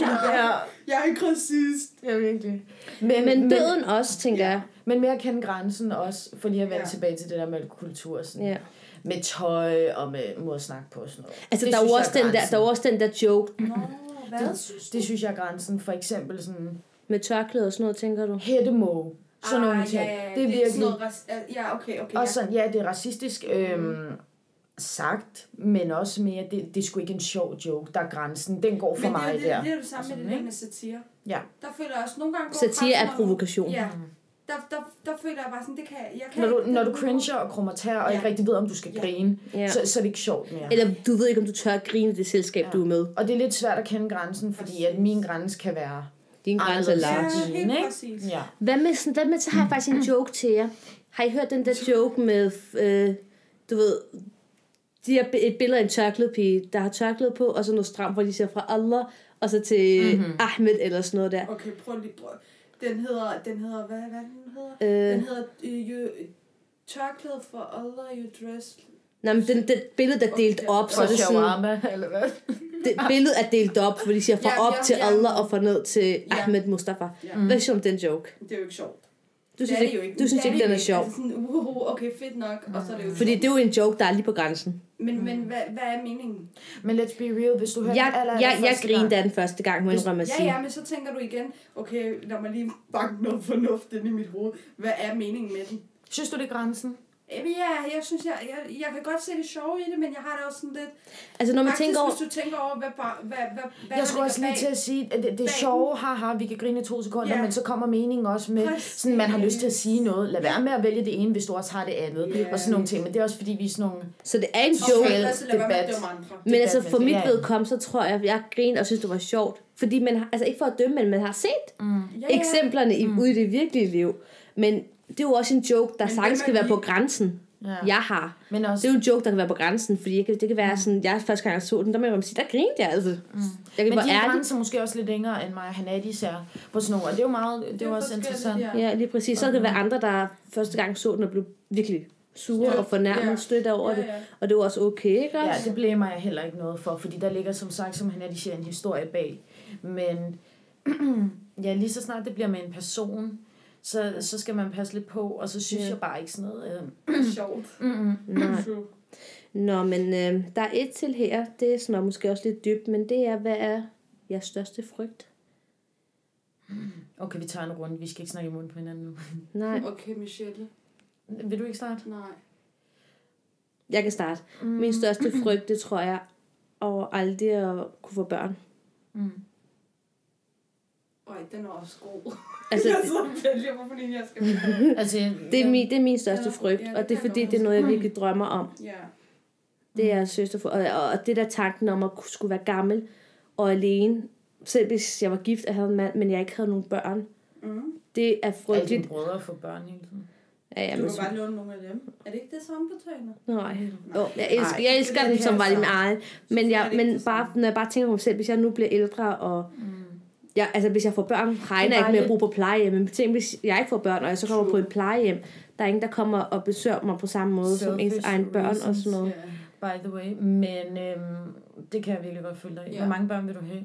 ja,
Jeg er ikke racist.
ja, virkelig. Men,
Men døden også, tænker jeg.
men mere at kende grænsen også, for lige at vende
Ja.
ja. tilbage til det der med kultur. Sådan.
Ja.
Med tøj og med måde at snakke på og sådan noget.
Altså,
Det
der er, jo
synes jeg
også
er
den der,
grænsen.
der er jo også den der joke
Nå, hvad synes du?
Det synes jeg er grænsen. For eksempel sådan
med tørklæde og sådan noget, tænker du?
hættemåge. Sådan
Ah,
nogle ting. det er
sådan
virkelig
noget rac- Ja, okay, okay.
Og
ja. Mhm.
sådan, ja, det er racistisk øhm, sagt, men også mere, det, det er sgu ikke en sjov joke, der er grænsen. Den går for
Men
mig
det, er jo
der.
det, det er jo det samme
Og
med
sådan,
det der
ikke?
med satire.
Ja.
Der føler jeg også nogle gange... går
Satire
grænsen
er
over-
provokation. Mm.
Ja. Der, der, der føler jeg bare sådan, det kan jeg... jeg kan
Når du,
ikke-
når
det-
du cringer og krummer tær, og
Ja.
ikke rigtig ved, om du skal
Ja.
grine,
Ja.
så, så er det ikke sjovt mere.
Eller du ved ikke, om du tør at grine i det selskab,
Ja.
du er med.
Og det er lidt svært at kende grænsen, fordi at min grænse kan være...
Din grænse er
Anderledes.
Ja,
large.
helt
ikke?
præcis.
Ja.
Hvad med, sådan, hvad med, så har jeg
Mm.
faktisk en joke til jer. Har I hørt den der joke med, øh, du ved, de har et billede af en tørklædepige, der har tørklæde på, og så noget stramt, hvor de siger fra Allah, og så til
Mhm.
mm-hmm. Ahmed eller sådan noget der.
Okay, prøv lige... Prøv. Den hedder... Den hedder... Hvad, hvad den hedder?
Øh,
Den hedder... øh, you- Tørklæde for Allah, you dress...
nej, men den, det billede, der er delt op, så
Så
er det sådan,
eller hvad?
det billede er delt op, hvor de siger fra
Ja,
op
ja,
til
ja.
Allah og fra ned til
Ja.
Ahmed Mustafa.
Ja.
Hvad synes du om den joke?
Det er jo ikke sjovt.
Du
Det
synes
er det jo
ikke, du synes
Det
ikke
det
den er
jo
sjov?
Altså sådan, uh, okay, fedt nok, og så er det jo ikke
Fordi
sjovt.
det er jo en joke, der er lige på grænsen.
Men,
Mm.
men hvad, hvad er meningen?
Men let's be real, hvis du hører
Jeg,
den aller,
jeg, jeg
allerførste
grinede
gang-
af den første gang, må jeg indrømme at
Ja,
sige.
ja, men så tænker du igen, okay, lad mig lige banke noget fornuft ind i mit hoved. Hvad er meningen med den?
Synes du, det er grænsen?
Jamen ja, jeg synes, jeg, jeg, jeg kan godt se det sjove i det, men jeg har det også sådan lidt...
Altså, når man
Faktisk,
tænker over...
hvis du tænker over, hvad... bar- hvad, hvad, hvad
Jeg skulle også lige til at sige, at det, det
bag-
sjove, haha, vi kan grine i to sekunder,
Ja.
ja. men så kommer meningen også med,
Præcis.
sådan man har lyst til at sige noget. Lad være med at vælge det ene, hvis du også har det andet,
Ja.
og sådan nogle ting. Men det er også fordi, vi er sådan nogle...
Så det er en
Jo,
joke.
Okay.
lad os lade være med at
debat.
dømme andre.
Men altså
Debat,
for
men
mit
det er-
vedkommende, så tror jeg, at jeg grinede og synes, det var sjovt. Fordi man har, altså ikke for at dømme, men man har set
Mm. Ja, Mm.
ja, eksemplerne i, ude i det virkelige liv. Men det er jo også en joke, der
Men hvem
sagtens
er
skal være
vi?
på grænsen.
Ja.
Jeg har.
Men
Det er
også,
jo en joke, der kan være på grænsen, fordi jeg kan, det kan
Mm.
være sådan, jeg første gang jeg så den, der må jeg sige, der grinede jeg altså. Jeg kan
men
være
de
ærlig.
grænser måske også lidt længere, end mig og Hanadis er på sådan nogle, og det er jo meget, det, er jo også
forskelligt,
interessant. Ja.
ja.
Ja, lige præcis. Så kan det være andre, der første gang så den og blev virkelig sure
Ja.
og fornærmet
Ja.
ja. stødt over
Ja,
ja, ja.
ja.
det. Og det var også okay, ikke også?
det blæmer jeg heller ikke noget for, fordi der ligger som sagt, som Hanadis siger, en historie bag. Men *clears throat* ja, lige så snart det bliver med en person, så, så skal man passe lidt på, og så synes
Ja.
jeg bare ikke sådan noget. Øh,
Det er sjovt.
Nej.
True.
Nå, men øh, der er et til her. Det er sådan, og måske også lidt dybt, men det er, hvad er jeres største frygt?
Okay, vi tager en runde. Vi skal ikke snakke i munden på hinanden nu.
Nej,
Okay, Michelle.
Vil du ikke starte?
Nej.
jeg kan starte.
Mm.
Min største frygt, det tror jeg, over aldrig at kunne få børn.
Øj, den er også god.
Altså,
*laughs* jeg sidder og vælger, hvorfor en jeg
*laughs*
skal vælge.
*laughs* Altså,
det er min, det er min
Ja,
største frygt,
ja, det
og det er
kan jeg
fordi,
godt Mm.
det er noget, jeg virkelig drømmer om.
Ja.
Det er søster for, og, og det der tanken om at kunne- skulle være gammel og alene, selv hvis jeg var gift og havde en mand, men jeg ikke havde nogen børn,
Mm.
Altså, det
Altså,
er
Alle dine
frygteligt.
brødre får børn hele tiden.
Ja, ja,
Du
men,
kan bare låne nogle af dem. Er det ikke det samme på tøjene?
nej. Jo, jeg elsker,
Nej,
jeg
det
elsker
er
den,
det
som var
altså.
din egen. Men, jeg,
det ikke
men
det
bare, når jeg bare tænker på mig selv, hvis jeg nu bliver ældre, og jeg, altså, hvis jeg får børn, regner jeg ikke
bare
med at
lidt-
bo på plejehjem. Men tænk, hvis jeg ikke får børn, og jeg så kommer på
True.
et plejehjem, der er ingen, der kommer og besøger mig på samme måde som ens
Selfish
egen børn og sådan
reasons,
noget.
Ja.
By the way. Men øhm, det kan jeg virkelig godt følge dig i.
Ja.
Hvor mange børn vil du have?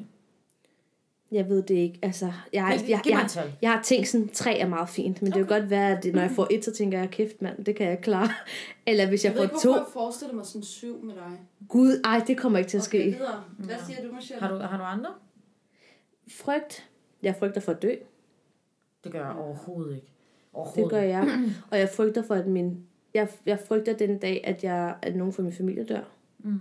Jeg ved det ikke. Altså, jeg,
Men
jeg, jeg,
Giv mig
jeg,
et tal.
jeg har tænkt sådan, tre er meget fint, men det kan godt være, at det, når jeg får et, så tænker jeg, kæft mand, det kan jeg klare. *laughs* Eller hvis jeg,
Jeg ved ikke,
får to,
hvorfor jeg forestiller mig sådan syv med dig.
gud, ej, det kommer ikke til at ske.
Okay, videre. Hvad siger du, Michelle?
Har du, har du andre?
Frygt. Jeg frygter for at dø.
Det gør jeg overhovedet ikke.
Det
Overhovedet
gør *clears throat* jeg. Og jeg frygter for, at min... Jeg, jeg frygter den dag, at, jeg, at nogen fra min familie dør. Mm.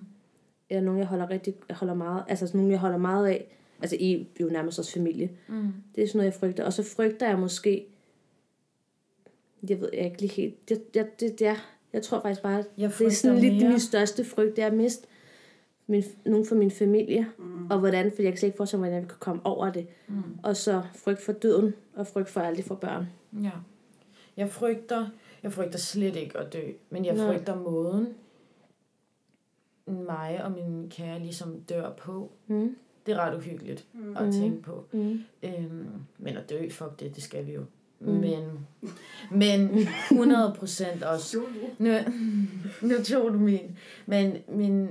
Eller nogen, jeg holder rigtig holder meget, altså sådan nogen, jeg holder meget af, Altså, I er jo nærmest også familie. Mm. Det er sådan noget, jeg frygter. Og så frygter jeg måske... Jeg ved jeg ikke lige helt... Jeg, jeg, det, det er, jeg tror faktisk bare,
Jeg
det er sådan
frygter
lidt
mere-
min største frygt, det er at miste min, nogen fra min familie. Mm. Og hvordan, for jeg kan slet ikke forestille mig, hvordan jeg kan komme over det. Mm. Og så frygt for døden, og frygt for at aldrig få børn.
Ja. Jeg frygter, jeg frygter slet ikke at dø, men jeg
Nej.
frygter måden, mig og min kære ligesom dør på.
Mm.
Det er ret uhyggeligt mm. at tænke på.
Mm.
Øhm, men at dø, fuck det, det skal vi jo. Mm. Men, men 100 *laughs* procent også. Nu, nu tog du min. Men min,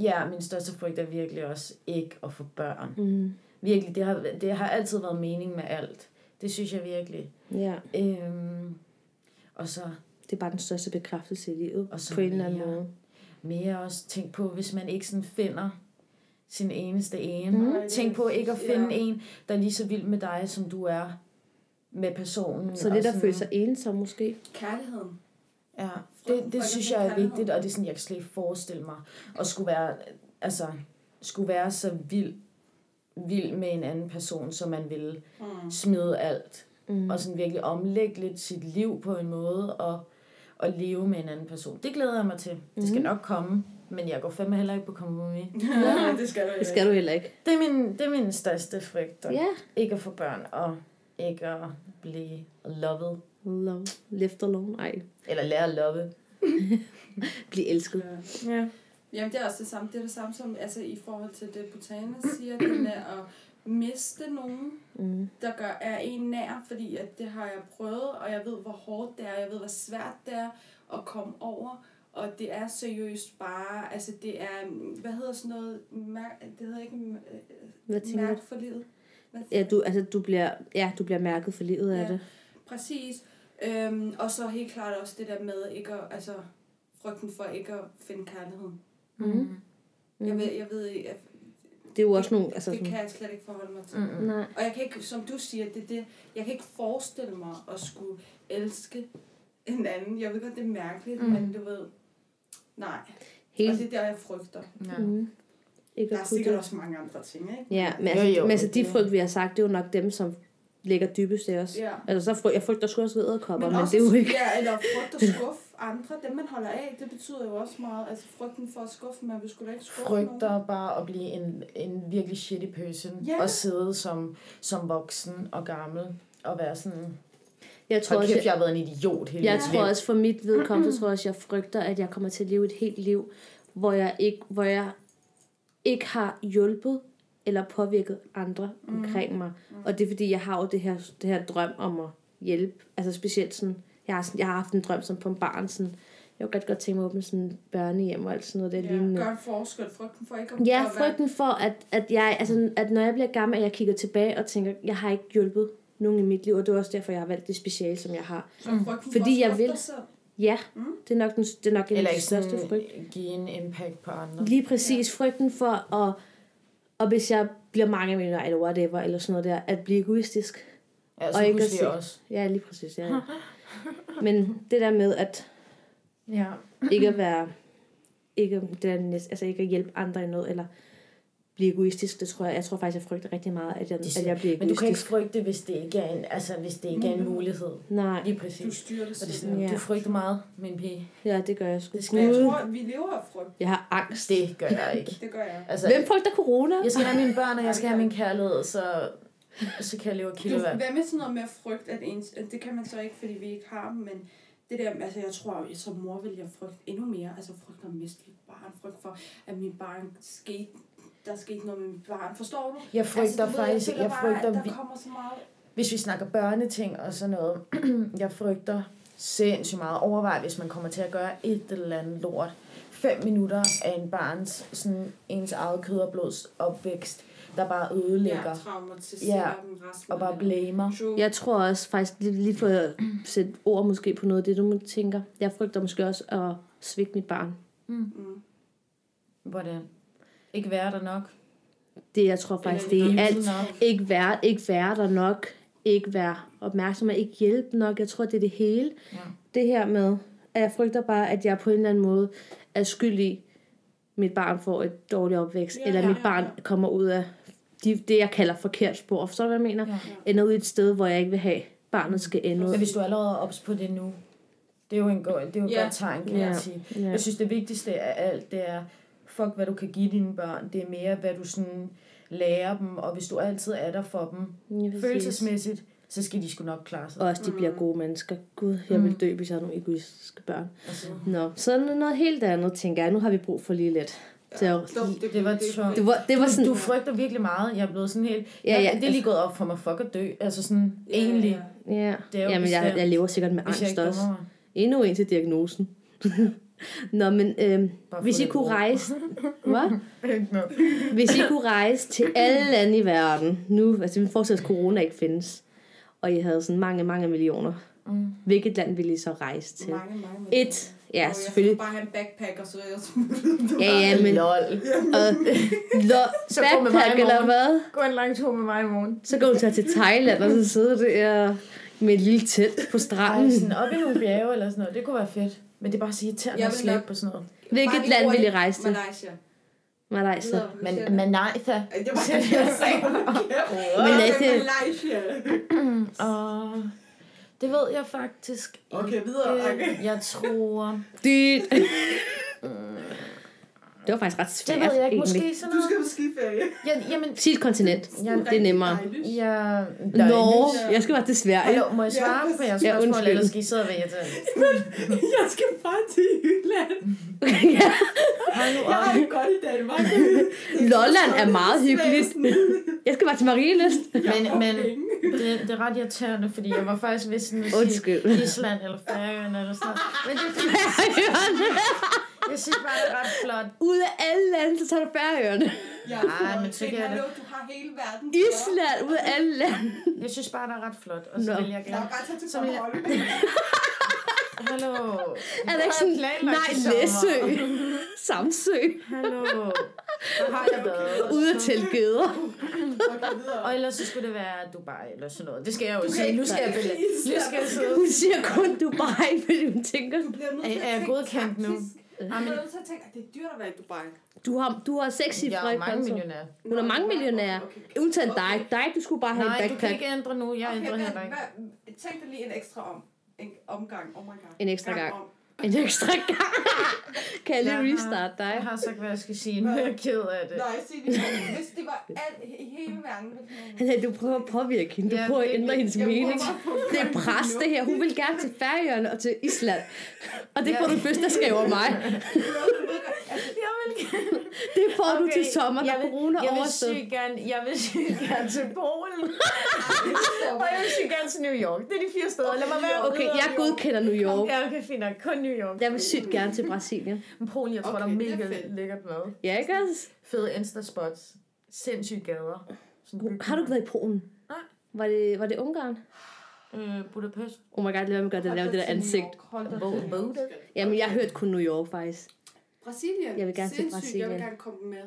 ja, min største frygt er virkelig også ikke at få børn.
Mm.
Virkelig, det har, det har altid været mening med alt. Det synes jeg virkelig.
Ja,
Øhm, og så
det er bare den største bekræftelse i livet.
Og så
på en eller anden
mere.
måde.
mere også tænk på, hvis man ikke sådan finder sin eneste ene.
Nej,
Mm.
det
Tænk på
er-
ikke at finde
ja.
en, der er lige så vild med dig, som du er med personen.
Så
og
lidt at
sådan-
føle sig ensom måske.
Kærligheden.
*laughs*
Ja,
Folk-
det,
folk
det
er
synes
sådan
jeg er
kærlighed.
vigtigt, og det er sådan, jeg kan slet ikke forestille mig at skulle være, altså, skulle være så vild, vild med en anden person, som man ville
Mm.
smide alt,
Mm.
mm. og sådan virkelig omlægge lidt sit liv på en måde, og, og leve med en anden person. Det glæder jeg mig til. Det
Mhm.
skal nok komme, men jeg går fandme heller ikke på kompromis.
det skal du
Det
ikke.
skal du heller ikke.
Det er min, det er min største frygt, og
Ja.
ikke at få børn, og ikke at blive loved,
Love. Left alone. Ej.
eller lære at love.
Bliv elsket.
Ja.
Ja.
Jamen, det er også det samme. Det er det samme som altså, i forhold til det, Botana siger, det med at miste nogen,
Mm.
der gør, er en nær, fordi at det har jeg prøvet, og jeg ved, hvor hårdt det er, jeg ved, hvor svært det er at komme over, og det er seriøst bare, altså det er, hvad hedder sådan noget, mær- det hedder ikke øh,
Hvad tænker
mærk
du?
for livet. Hvad
Ja, du, altså, du bliver, ja, du bliver mærket for livet af
Ja.
det.
Præcis. Øhm, og så helt klart også det der med ikke at, altså, frygten for ikke at finde kærligheden.
Mm.
Mm. Jeg ved, jeg ved, ikke, at
Det er jo også nogle... Mhm. Altså,
det
sådan,
kan jeg slet ikke forholde mig til. Mm.
Mm.
nej.
Og jeg kan ikke, som du siger, det, er det, jeg kan ikke forestille mig at skulle elske en anden. Jeg ved godt, det er mærkeligt, mm.
Mm.
men du ved, nej. Helt. Og
Helt...
det er der, jeg frygter.
Ja.
Mm. Ikke
Der er
at kunne
sikkert
det.
også mange andre ting, ikke?
Ja, men,
Jo,
altså,
jo,
men altså, de
det-
frygt, vi har sagt, det er jo nok dem, som ligger dybest i os.
Ja.
Altså, så frygt, jeg frygter sgu også æderkopper, men, men
også,
det er jo ikke... *laughs*
Ja, eller frygt at skuffe andre. Dem, man holder af, det betyder jo også meget. Altså frygten for at skuffe, man vil sgu da ikke skuffe nogen.
frygter bare at blive en, en virkelig shitty person
Ja.
yeah. og sidde som, som voksen og gammel og være sådan,
Jeg tror
hold
også,
kæft,
jeg,
jeg har været en idiot hele
jeg
mit
tror
liv."
også for mit vedkommende, så tror jeg også, jeg frygter, at jeg kommer til at leve et helt liv, hvor jeg ikke, hvor jeg ikke har hjulpet eller påvirket andre omkring mig. Og det er fordi, jeg har jo det her, det her drøm om at hjælpe. Altså specielt sådan, jeg har, sådan, jeg har haft en drøm som på en barn, sådan, jeg kunne godt godt tænke mig at åbne sådan en børnehjem og alt sådan noget der ja, lignende.
Gør en forskel. Frygten for ikke at
Ja,
at være-
frygten for, at, at, jeg, altså, at når jeg bliver gammel, at jeg kigger tilbage og tænker, jeg har ikke hjulpet nogen i mit liv, og det er også derfor, jeg har valgt det speciale, som jeg har.
Så
Mm.
frygten for
Fordi
at
jeg
skuffe
vil.
dig selv.
Ja, det er nok, den, det er nok en af
Eller
de
ikke
største
sådan
frygt.
give en impact på andre.
Lige præcis frygten for, at, og hvis jeg bliver mange millioner, eller whatever, eller sådan noget der, at blive egoistisk.
Ja,
og
så
ikke
ikke
at se-
det også.
Ja, lige præcis,
*laughs*
ja. ja. Men det der med, at
Ja.
ikke at være, ikke, det der, næste- altså ikke at hjælpe andre i noget, eller blive egoistisk, det tror jeg, jeg tror faktisk, jeg frygter rigtig meget, at jeg,
Det
at jeg bliver egoistisk.
Men du kan ikke frygte, hvis det ikke er en, altså, hvis det ikke er en mulighed.
Nej,
Lige
Mm-hmm. Du
præcis.
styrer det
Og det er
selv.
sådan,
Ja.
du frygter meget, min pige.
ja, det gør jeg sgu.
Det skal
Jeg
jeg.
tror, at vi lever af frygt.
Jeg har angst.
Det gør jeg ikke.
Det gør jeg.
*laughs* Altså,
Hvem frygter corona?
jeg skal have mine børn, og jeg
*laughs*
skal have min kærlighed, så, så kan jeg leve af
Du, *laughs*
kilowatt.
hvad med sådan noget med at frygte, at ens, at det kan man så ikke, fordi vi ikke har dem, men det der, altså jeg tror, jeg som mor vil jeg frygte endnu mere, altså frygt at miste mit barn, frygt for, at mit barn skete, der skete noget med mit barn, forstår du? Altså,
Jeg frygter
du ved,
faktisk,
føler
jeg
bare,
frygter,
at der
vi-
kommer så meget,
hvis vi snakker børneting og sådan noget, *clears throat* jeg frygter sindssygt meget. Overvej, hvis man kommer til at gøre et eller andet lort. 5 minutter af en barns, sådan ens eget kød og blods opvækst, der bare ødelægger
ja,
ja,
traumatiserer
Ja,
dem resten
og
af
bare
livet.
blamer.
True.
Jeg tror også faktisk, lige, lige for at sætte ord måske på noget af det, du tænker. Jeg frygter måske også at svigte mit barn.
Mm.
Hvordan? Ikke være der nok.
Det, jeg tror faktisk, det er
Yde
alt.
nok.
Ikke være, ikke være der nok. Ikke være opmærksom og ikke hjælpe nok. Jeg tror, det er det hele.
Ja.
Det her med, at jeg frygter bare, at jeg på en eller anden måde er skyldig mit barn får et dårligt opvækst,
Ja,
eller
ja,
mit
ja,
barn
ja.
kommer ud af de, det, jeg kalder forkert spor, forstår du, hvad jeg mener?
Ja.
Ender ud et sted, hvor jeg ikke vil have, barnet skal ende
Men
ud.
hvis du allerede er ops på det nu, det er jo, en god, det er jo et
Ja.
godt tegn, kan
Ja.
jeg sige.
Ja.
Jeg synes, det vigtigste af alt, det er, fuck hvad du kan give dine børn, det er mere, hvad du sådan lærer dem, og hvis du altid er der for dem,
Ja, præcis.
følelsesmæssigt, så skal de sgu nok klare sig.
Og også de bliver gode mennesker. Gud, jeg
Mm.
vil dø, hvis jeg har nogle egoistiske børn.
Altså,
Nå, så nu noget helt andet, tænker jeg. Nu har vi brug for lige lidt. Så,
Dumt,
Det var sjovt.
det, var, det var sådan...
du frygter virkelig meget. Jeg er blevet sådan helt...
Ja,
Ja,
ja,
ja, det er lige gået op for mig. Fuck at dø. Altså sådan,
Ja,
egentlig.
ja.
Ja,
Det er jo
Jamen, jeg,
bestemt.
jeg lever sikkert med
Hvis jeg
angst
ikke
også.
dummer mig.
Endnu en til diagnosen. *laughs* Nå, men øhm,
Bare
hvis
få
I
det
kunne
ud.
rejse... Hvad?
*laughs* Nå.
Hvis I kunne rejse til alle lande i verden, nu, altså vi forestiller os, at corona ikke findes, og I havde sådan mange, mange millioner,
Mm.
hvilket land ville I så rejse til?
Mange, mange millioner.
Et, ja,
Og
selvfølgelig.
Jeg skulle bare have en backpack, og så *laughs* er jeg smuttet.
Ja, ja, men...
Lol. *laughs*
Og, lo,
Så gå med mig i
backpack eller
morgen.
hvad?
Gå en lang tur med mig i morgen.
Så går hun så til Thailand, og så sidder der med et lille telt på
Ej,
stranden.
sådan op i nogle bjerge eller sådan noget. Det kunne være fedt. Men det er bare så irriterende
Jeg
at
vil
slæbe
nok-
på sådan noget.
Hvilket
Bare lige
land
hurtigt.
ville I rejse til?
Malaysia.
Malaysia.
Men,
men nej, så.
det var det,
*laughs*
jeg sagde.
Malaysia.
Malaysia. Malaysia.
Og det ved jeg faktisk
Okay,
ikke.
videre, okay.
Jeg
*laughs*
tror...
Dyt.
*laughs*
Det var faktisk ret svært.
Det ved jeg ikke.
egentlig.
Måske sådan
Du skal
noget.
på skiferie.
Ja, jamen,
Sig et kontinent.
ja,
Det er nemmere.
Dejligt.
ja,
Norge.
Ja.
Jeg skal bare til Sverige.
Hallo, må jeg svare
Ja,
på jeres
ja,
spørgsmål,
undskyld.
eller skal I sidde og vælge
*laughs*
til?
Jeg skal bare til Jylland.
*laughs* Ja.
Hold nu
Jeg
op.
har det godt i Danmark.
Lolland er meget hyggeligt. Jeg skal bare til Marieløst.
Men, men
penge.
det, det er ret irriterende, fordi jeg var faktisk ved sådan at *laughs*
Undskyld. *laughs*
sige Island eller Færøerne eller sådan noget. Men det, er fint. jeg synes bare, det er ret flot.
Ud af alle lande, så tager du Færøerne.
Ja,
Ej, men så kan jeg
Hallo,
da-
du har hele verden.
Island, ud af alle lande.
Jeg synes bare, det er ret flot, og så
Nå.
vil jeg
Jeg har
gerne...
bare taget til
Så vil jeg-
Bornholm.
Hallo.
Er der ikke sådan, nej, Læsø, Samsø,
Hallo. Der har jeg været.
ud af Telgeder.
Okay, videre.
Og ellers så skulle det være Dubai eller sådan noget. Det skal jeg jo
kan
sige.
ikke
Nu skal jeg
bare-
vælge. Nu skal jeg sidde.
Hun siger kun Dubai, *laughs* fordi hun tænker,
Du bliver nødt til
Er-
at
er jeg
tænke
godkendt nu?
taktisk. Du bliver nødt til at tænke, at det er dyrt at være i Dubai.
du har, du har seks i
Jeg er jo mange millionærer.
Hun er mange millionærer.
Okay, okay.
Undtagen dig. Dig, du skulle bare have en
Nej, du kan
backpack.
ikke ændre nu. Jeg
Okay,
ændrer
hvad-
heller ikke.
hvad- Tænk dig lige en ekstra om. En omgang. Oh my god.
En ekstra gang.
om.
En ekstra *laughs* gang. Kan jeg lige
Jeg har-
restarte dig?
Jeg har sagt, hvad jeg skal sige. Nu er jeg ked af det.
Nej, sig det. ikke. Hvis det var alt i hele verden. ville det være-
Han sagde, du prøver at påvirke hende. Du
Ja,
prøver at
virkelig.
ændre hendes
Jeg
mening.
prøver på-
Det er pres, det her. Hun vil gerne til Færøerne og til Island. Og det
Ja.
får du først, der skriver mig.
Jeg vil,
Det får du til sommer, når corona
jeg vil
overstået.
sygt gerne, jeg vil sygt gerne til Polen. Og jeg vil sygt gerne til New York. Det er de fire steder. Lad mig være
Okay, jeg godkender New York.
Ja, okay, fint nok. Kun New York.
Jeg vil sygt gerne til Brasilien.
Men Polen, jeg tror,
Okay,
der er
det er
mega
fedt.
lækkert mad.
Ja, ikke også?
Fede instaspots. Sindssyge gader. Sådan bygninger.
Har du ikke været i Polen?
Nej.
Var det, var det Ungarn?
Øh, Budapest.
Oh my god, lad være med at gøre det, lave det der ansigt.
Hold da
Vote,
til.
vote.
Jamen, jeg hørte kun New York, faktisk.
Brasilien.
Jeg vil gerne til
Sindssygt, Jeg
Brasilien.
vil gerne komme med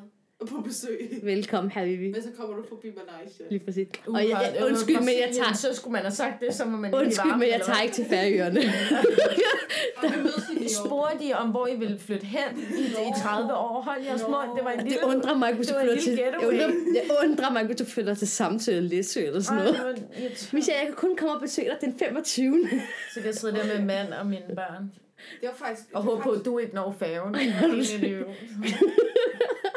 på besøg.
Velkommen, her Vivi.
Men så kommer du forbi Malaysia.
Lige præcis. Og jeg, jeg, undskyld, men jeg tager,
Så skulle man have sagt det, så må man
undskyld, men jeg tager ikke til
*laughs*
Færøerne.
Og vi mødes i New York.
Spurgte de om, hvor I ville flytte hen i, i 30 år? Hold jeres
Nå.
mund. Det var en
Det
lille...
undrer mig, hvis du
Det var
flytter
en
til,
lille
jeg
getaway.
undrer, jeg undrer mig, hvis du flytter til Samsø eller Læsø eller sådan noget.
Ej, men jeg tror-
Michelle, jeg kan kun komme og besøge dig den 25.
Så kan jeg sidde der med mand og mine børn.
Det var faktisk...
Og
det var
håbe på,
faktisk-
at du ikke når færgen.
Men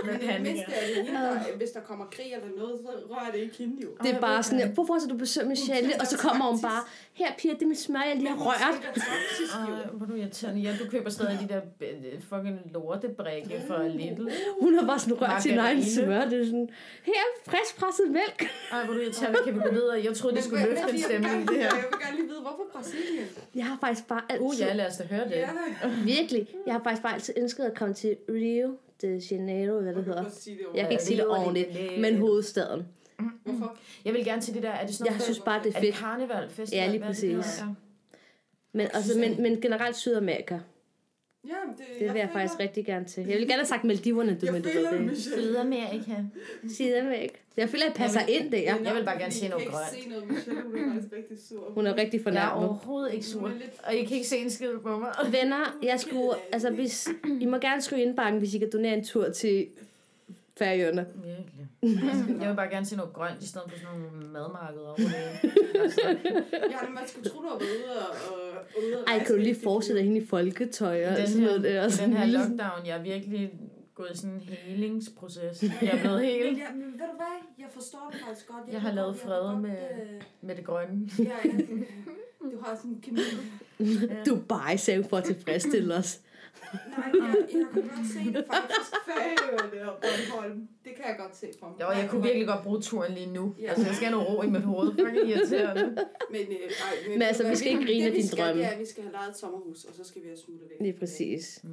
Men
i det
han
mindste er det hende, der, hvis der kommer krig eller noget, så rører det ikke hende jo.
Det er
Ej,
bare
hvor
sådan,
er
jeg, hvorfor skal du besøge Michelle? Og så kommer hun bare, her piger, det med smør, jeg lige har rørt.
Det er taktisk jo.
Ej, hvor er du irriterende. Ja, du køber stadig de der øh, fucking lortebrikke fra Lidl.
Hun har bare sådan rørt sin egen
Margarine.
smør. Det er sådan, her, friskpresset mælk.
Ej, hvor er du irriterende. Kan vi gå videre? Jeg troede, det skulle
Men-
løfte
men-
en
jeg vil
stemning,
gerne-
*laughs*
det her.
Jeg vil gerne lige vide, hvorfor Brasilien?
Jeg har faktisk bare altid...
Uh, ja, lad os da høre det.
Ja,
Virkelig. Jeg har faktisk bare altid ønsket at komme til Rio de Janeiro, hvad det hedder.
hvorfor sige det
Jeg kan ikke sige det
Rio de
ordentligt,
Janeiro.
men hovedstaden.
Hvorfor?
Jeg vil gerne til det der, er det sådan
Jeg synes bare, det er
Er det
fedt.
karneval, festival?
Ja, lige
Hvad er det, det
præcis.
hedder?
Men, altså, men, men generelt Sydamerika,
Ja, men det,
det vil jeg faktisk rigtig gerne til. Jeg vil gerne have sagt Maldiverne, du,
Jeg
men du
føler
ved
det,
det.
Ja.
Michelle.
Sydamerika.
ikke. Sydamerika. Jeg føler, jeg passer
Jamen,
ind der.
Jeg vil bare gerne se noget
Jeg kan ikke se noget, Michelle. Hun er faktisk rigtig sur.
Hun er rigtig
Jeg er
fornærmet.
overhovedet ikke sur.
Hun er lidt-
Og I kan ikke se en skid på mig. *laughs*
Venner, jeg skulle, altså hvis, I må gerne skrive i indbakken, hvis I kan donere en tur til Færøerne. *laughs*
Virkelig. Jeg vil bare gerne se noget grønt, i stedet for sådan nogle madmarkeder over det.
*laughs*
Jeg har man skulle tro, du var ude og, og, og ude og
Ej,
rejse
kan du lige
lidt.
forestille dig hende i folketøj og sådan
I Altså, den her,
noget der?
i
og sådan
den her
en lille-
lockdown, jeg er virkelig gået i sådan en helingsproces. Jeg er blevet
Men,
helt
jeg, men ved du hvad? Jeg forstår det faktisk godt.
Jeg har
kan
lavet
godt-
fred
jeg kan
med-
godt, øh,
med det grønne.
Ja, ja. Du har sådan en kemi.
Dubai sagde for at tilfredsstille os.
Nej, jeg, jeg kan godt se det faktisk. Færøerne og Bornholm. Det kan jeg godt se for mig.
Jo, jeg kunne virkelig godt bruge turen lige nu.
Ja.
Altså, jeg skal have noget ro i mit hoved. Fucking irriterende.
Men, øh, ej, men,
Men altså, vi skal ikke grine af
det, vi
dine
skal,
drømme.
Det er, at vi skal have lejet et sommerhus, og så skal vi have smuttet væk.
Lige præcis.
Mm.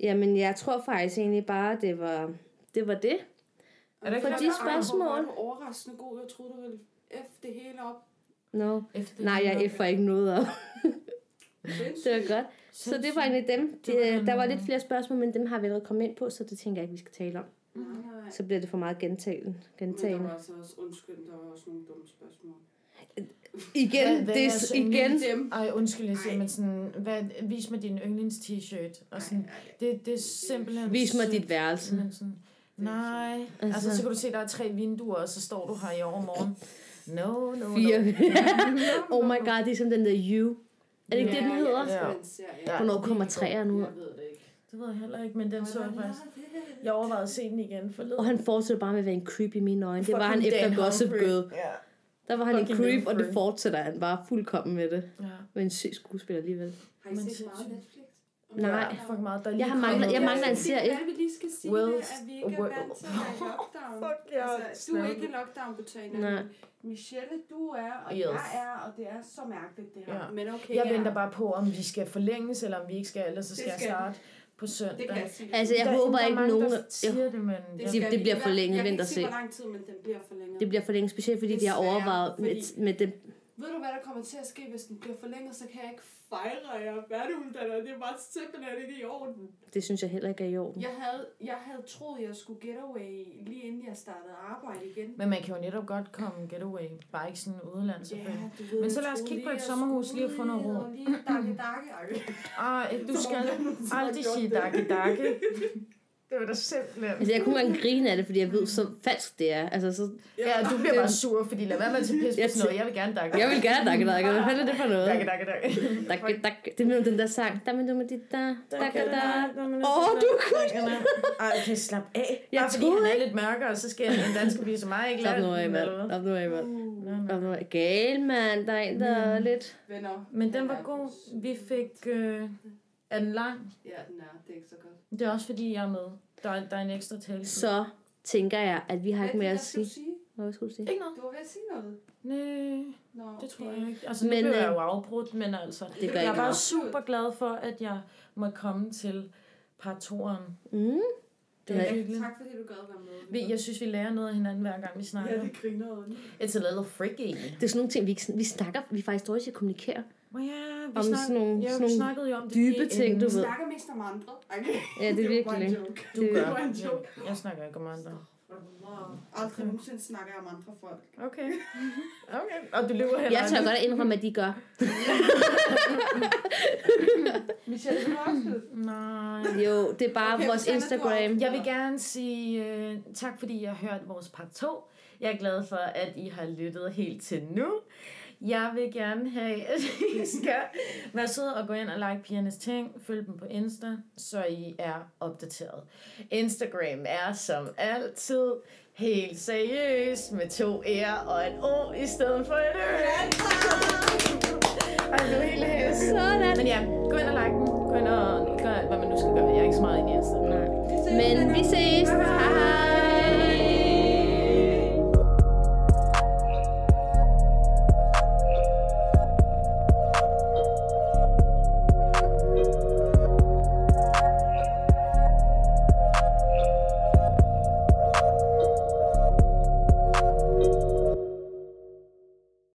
Jamen, jeg tror faktisk egentlig bare, det var det. Var det.
Er det ikke
For
klart?
de
Ej,
spørgsmål.
Hvor var du overraskende god. Jeg troede, du ville F det hele op.
No.
Efter
Nej, jeg effer ikke noget op. Det var godt. Så det var egentlig dem. De, der var lidt flere spørgsmål, men dem har vi allerede kommet ind på, så det tænker jeg ikke, vi skal tale om.
Nej, nej.
Så bliver det for meget gentagen.
Men der var
gentagende.
altså også, undskyld, der var også nogle dumme spørgsmål.
Igen,
hvad
det
er
er s-
sådan en
igen.
lille-
Dem.
Ej, undskyld, jeg
Ej.
siger, men sådan, hvad, vis mig din yndlings t-shirt. Og sådan, det, det er simpelthen...
Vis mig
så-
dit værelse.
Men sådan, nej.
Altså-
Altså, så kan du se, der er tre vinduer, og så står du her i overmorgen. No, no, *laughs*
Fire.
no.
oh my god, det er som den der You. Er det ikke
Ja,
det, den hedder?
Ja.
Ja, jeg elsker den serie.
Ja.
Hvornår kommer træerne ud?
Jeg ved det ikke.
Det ved jeg heller ikke, men den så jeg faktisk.
faktisk.
Jeg overvejede at se den igen
Og
forleden.
han fortsætter bare med at være en creep i mine øjne. Det var han
Fucking Dan
efter Gossip
Humphrey.
Girl.
Ja.
Der var han en
Fucking
creep, og det
Humphrey.
fortsætter han bare fuldkommen med det.
ja.
Men en syg skuespiller alligevel.
Har I
Men
set
sindssygt.
meget Netflix?
Nej.
Ja, fuck meget. Der er
Jeg
lige
har manglet-
kommet-
jeg mangler en
Jeg synes,
serie.
Det er, vi lige skal sige, det,
Wells-
at vi ikke er
Well-
vant til at
*laughs*
være i lockdown.
Fuck, jeg er
altså, du er ikke i lockdown på
Nej.
Michelle, du er, og
Yes.
jeg er, og det er så mærkeligt, det her.
Ja.
Men okay,
Jeg venter bare på, om vi skal forlænges, eller om vi ikke skal, ellers så
Det
skal jeg
skal vi.
starte på søndag.
Det kan jeg sige.
Altså, jeg
Der-
håber
der er
ikke
mange,
nogen-
Der siger det, men... Det,
skal- det bliver forlænget.
Jeg kan
Vent
ikke
og se.
se, hvor lang tid, men den bliver forlænget.
Det bliver for længe, specielt fordi de har
Desværre,
overvejet
fordi-
med, med dem.
Ved du, hvad der kommer til at ske, hvis den bliver forlænget, så kan jeg ikke fejre jer værneuddanner. Det er bare simpelthen ikke i orden.
Det synes jeg heller ikke er i orden.
Jeg havde, jeg havde troet, jeg skulle getaway, lige inden jeg startede arbejde igen.
men man kan jo netop godt komme getaway, bare ikke sådan udlandet selvfølgelig.
du ved,
Men så
jeg
lad os
troede
kigge på
lige,
et
jeg
sommerhus,
skulle
lige at få noget
ud
ro.
og lige dakke, dakke. Ej,
Ah, øh, du
Som om
skal
jeg nogensinde har
aldrig
gjort
sige
det.
dakke dakke. *laughs* Det var da simpelthen.
Altså, jeg kunne ikke engang grine af det, fordi jeg ved, så falsk det er. Altså, så,
Ja, du bliver bare sur, fordi lad være med at tage pis på
Jeg
sådan noget. Jeg vil gerne dakke.
jeg vil gerne dakke dakke. Hvad fanden er det for noget?
Dakke dakke dakke.
Dakke dakke. Det minder om den der sang. Der men du med dit da, dakke da. Åh, du
kunne. Ej, okay, slap af.
Jeg
Bare fordi
troede
han er lidt mørkere, og så skal en dansker blive som mig, ikke?
Stop
Lad
nu af,
den,
mand.
eller hvad?
Stop nu af, mand.
Nå, nå.
Stop nu af. Gal, mand. Der er en, der er lidt...
*laughs* Venner.
Men den var god. Vi fik... Øh, er den lang?
Ja, den er. Det er ikke så godt.
Det er også fordi, jeg er med. Der er, der er en ekstra tale.
Så tænker jeg, at vi har ikke
Hvad
mere
er
at
det, jeg skulle
sige. Hvad skulle du sige?
Ikke noget.
Du var ved at sige noget.
Nej,
Nå,
det tror
okay.
jeg ikke. Altså, nu
Men,
men, blev
øh,
jeg jo afbrudt, men altså...
Det gør
Jeg er
ikke
bare
noget.
super glad for, at jeg må komme til par toeren.
Mm. Det
Det er
er-
hyggeligt.
Tak fordi du gad at være med.
Vi- Jeg synes, vi lærer noget af hinanden, hver gang vi snakker.
Ja, det griner over den.
It's a little freaky.
Det er sådan nogle ting, vi, ikke, vi snakker, vi er faktisk dårlige til at kommunikere.
Well, ja, vi,
Om
snak,
sådan nogle-
ja,
sådan
vi
nogle
snakkede jo om det.
dybe
lige
ting,
inden.
du
Vi
ved.
snakker mest om andre. Okay.
Ja, det er
jo bare
virkelig.
en joke.
Du
Det-
gør.
Det var en joke.
Jeg, jeg snakker ikke om andre.
Aldrig nogensinde snakker jeg om andre folk.
Okay. *laughs* Okay. Og du lever heller
Jeg tør godt at indrømme, at de gør.
Michelle, vil du afslutte?
Nej.
Jo, det er bare
Okay,
okay, vores
Susanne, du har-
Instagram.
Jeg vil gerne sige øh, tak, fordi I har hørt vores part 2. Jeg er glad for, at I har lyttet helt til nu. Jeg vil gerne have, *laughs* at I skal være søde og gå ind og like pigernes ting. Følg dem på Insta, så I er opdateret. Instagram er som altid helt seriøs med to E'er og en O i stedet for et Ø. Ej, det er helt hæs.
Sådan.
Men ja, gå ind og like dem. Gå ind og gør, hvad man nu skal gøre. Jeg er ikke så meget ind i Insta.
Nej. Men vi ses. Hej.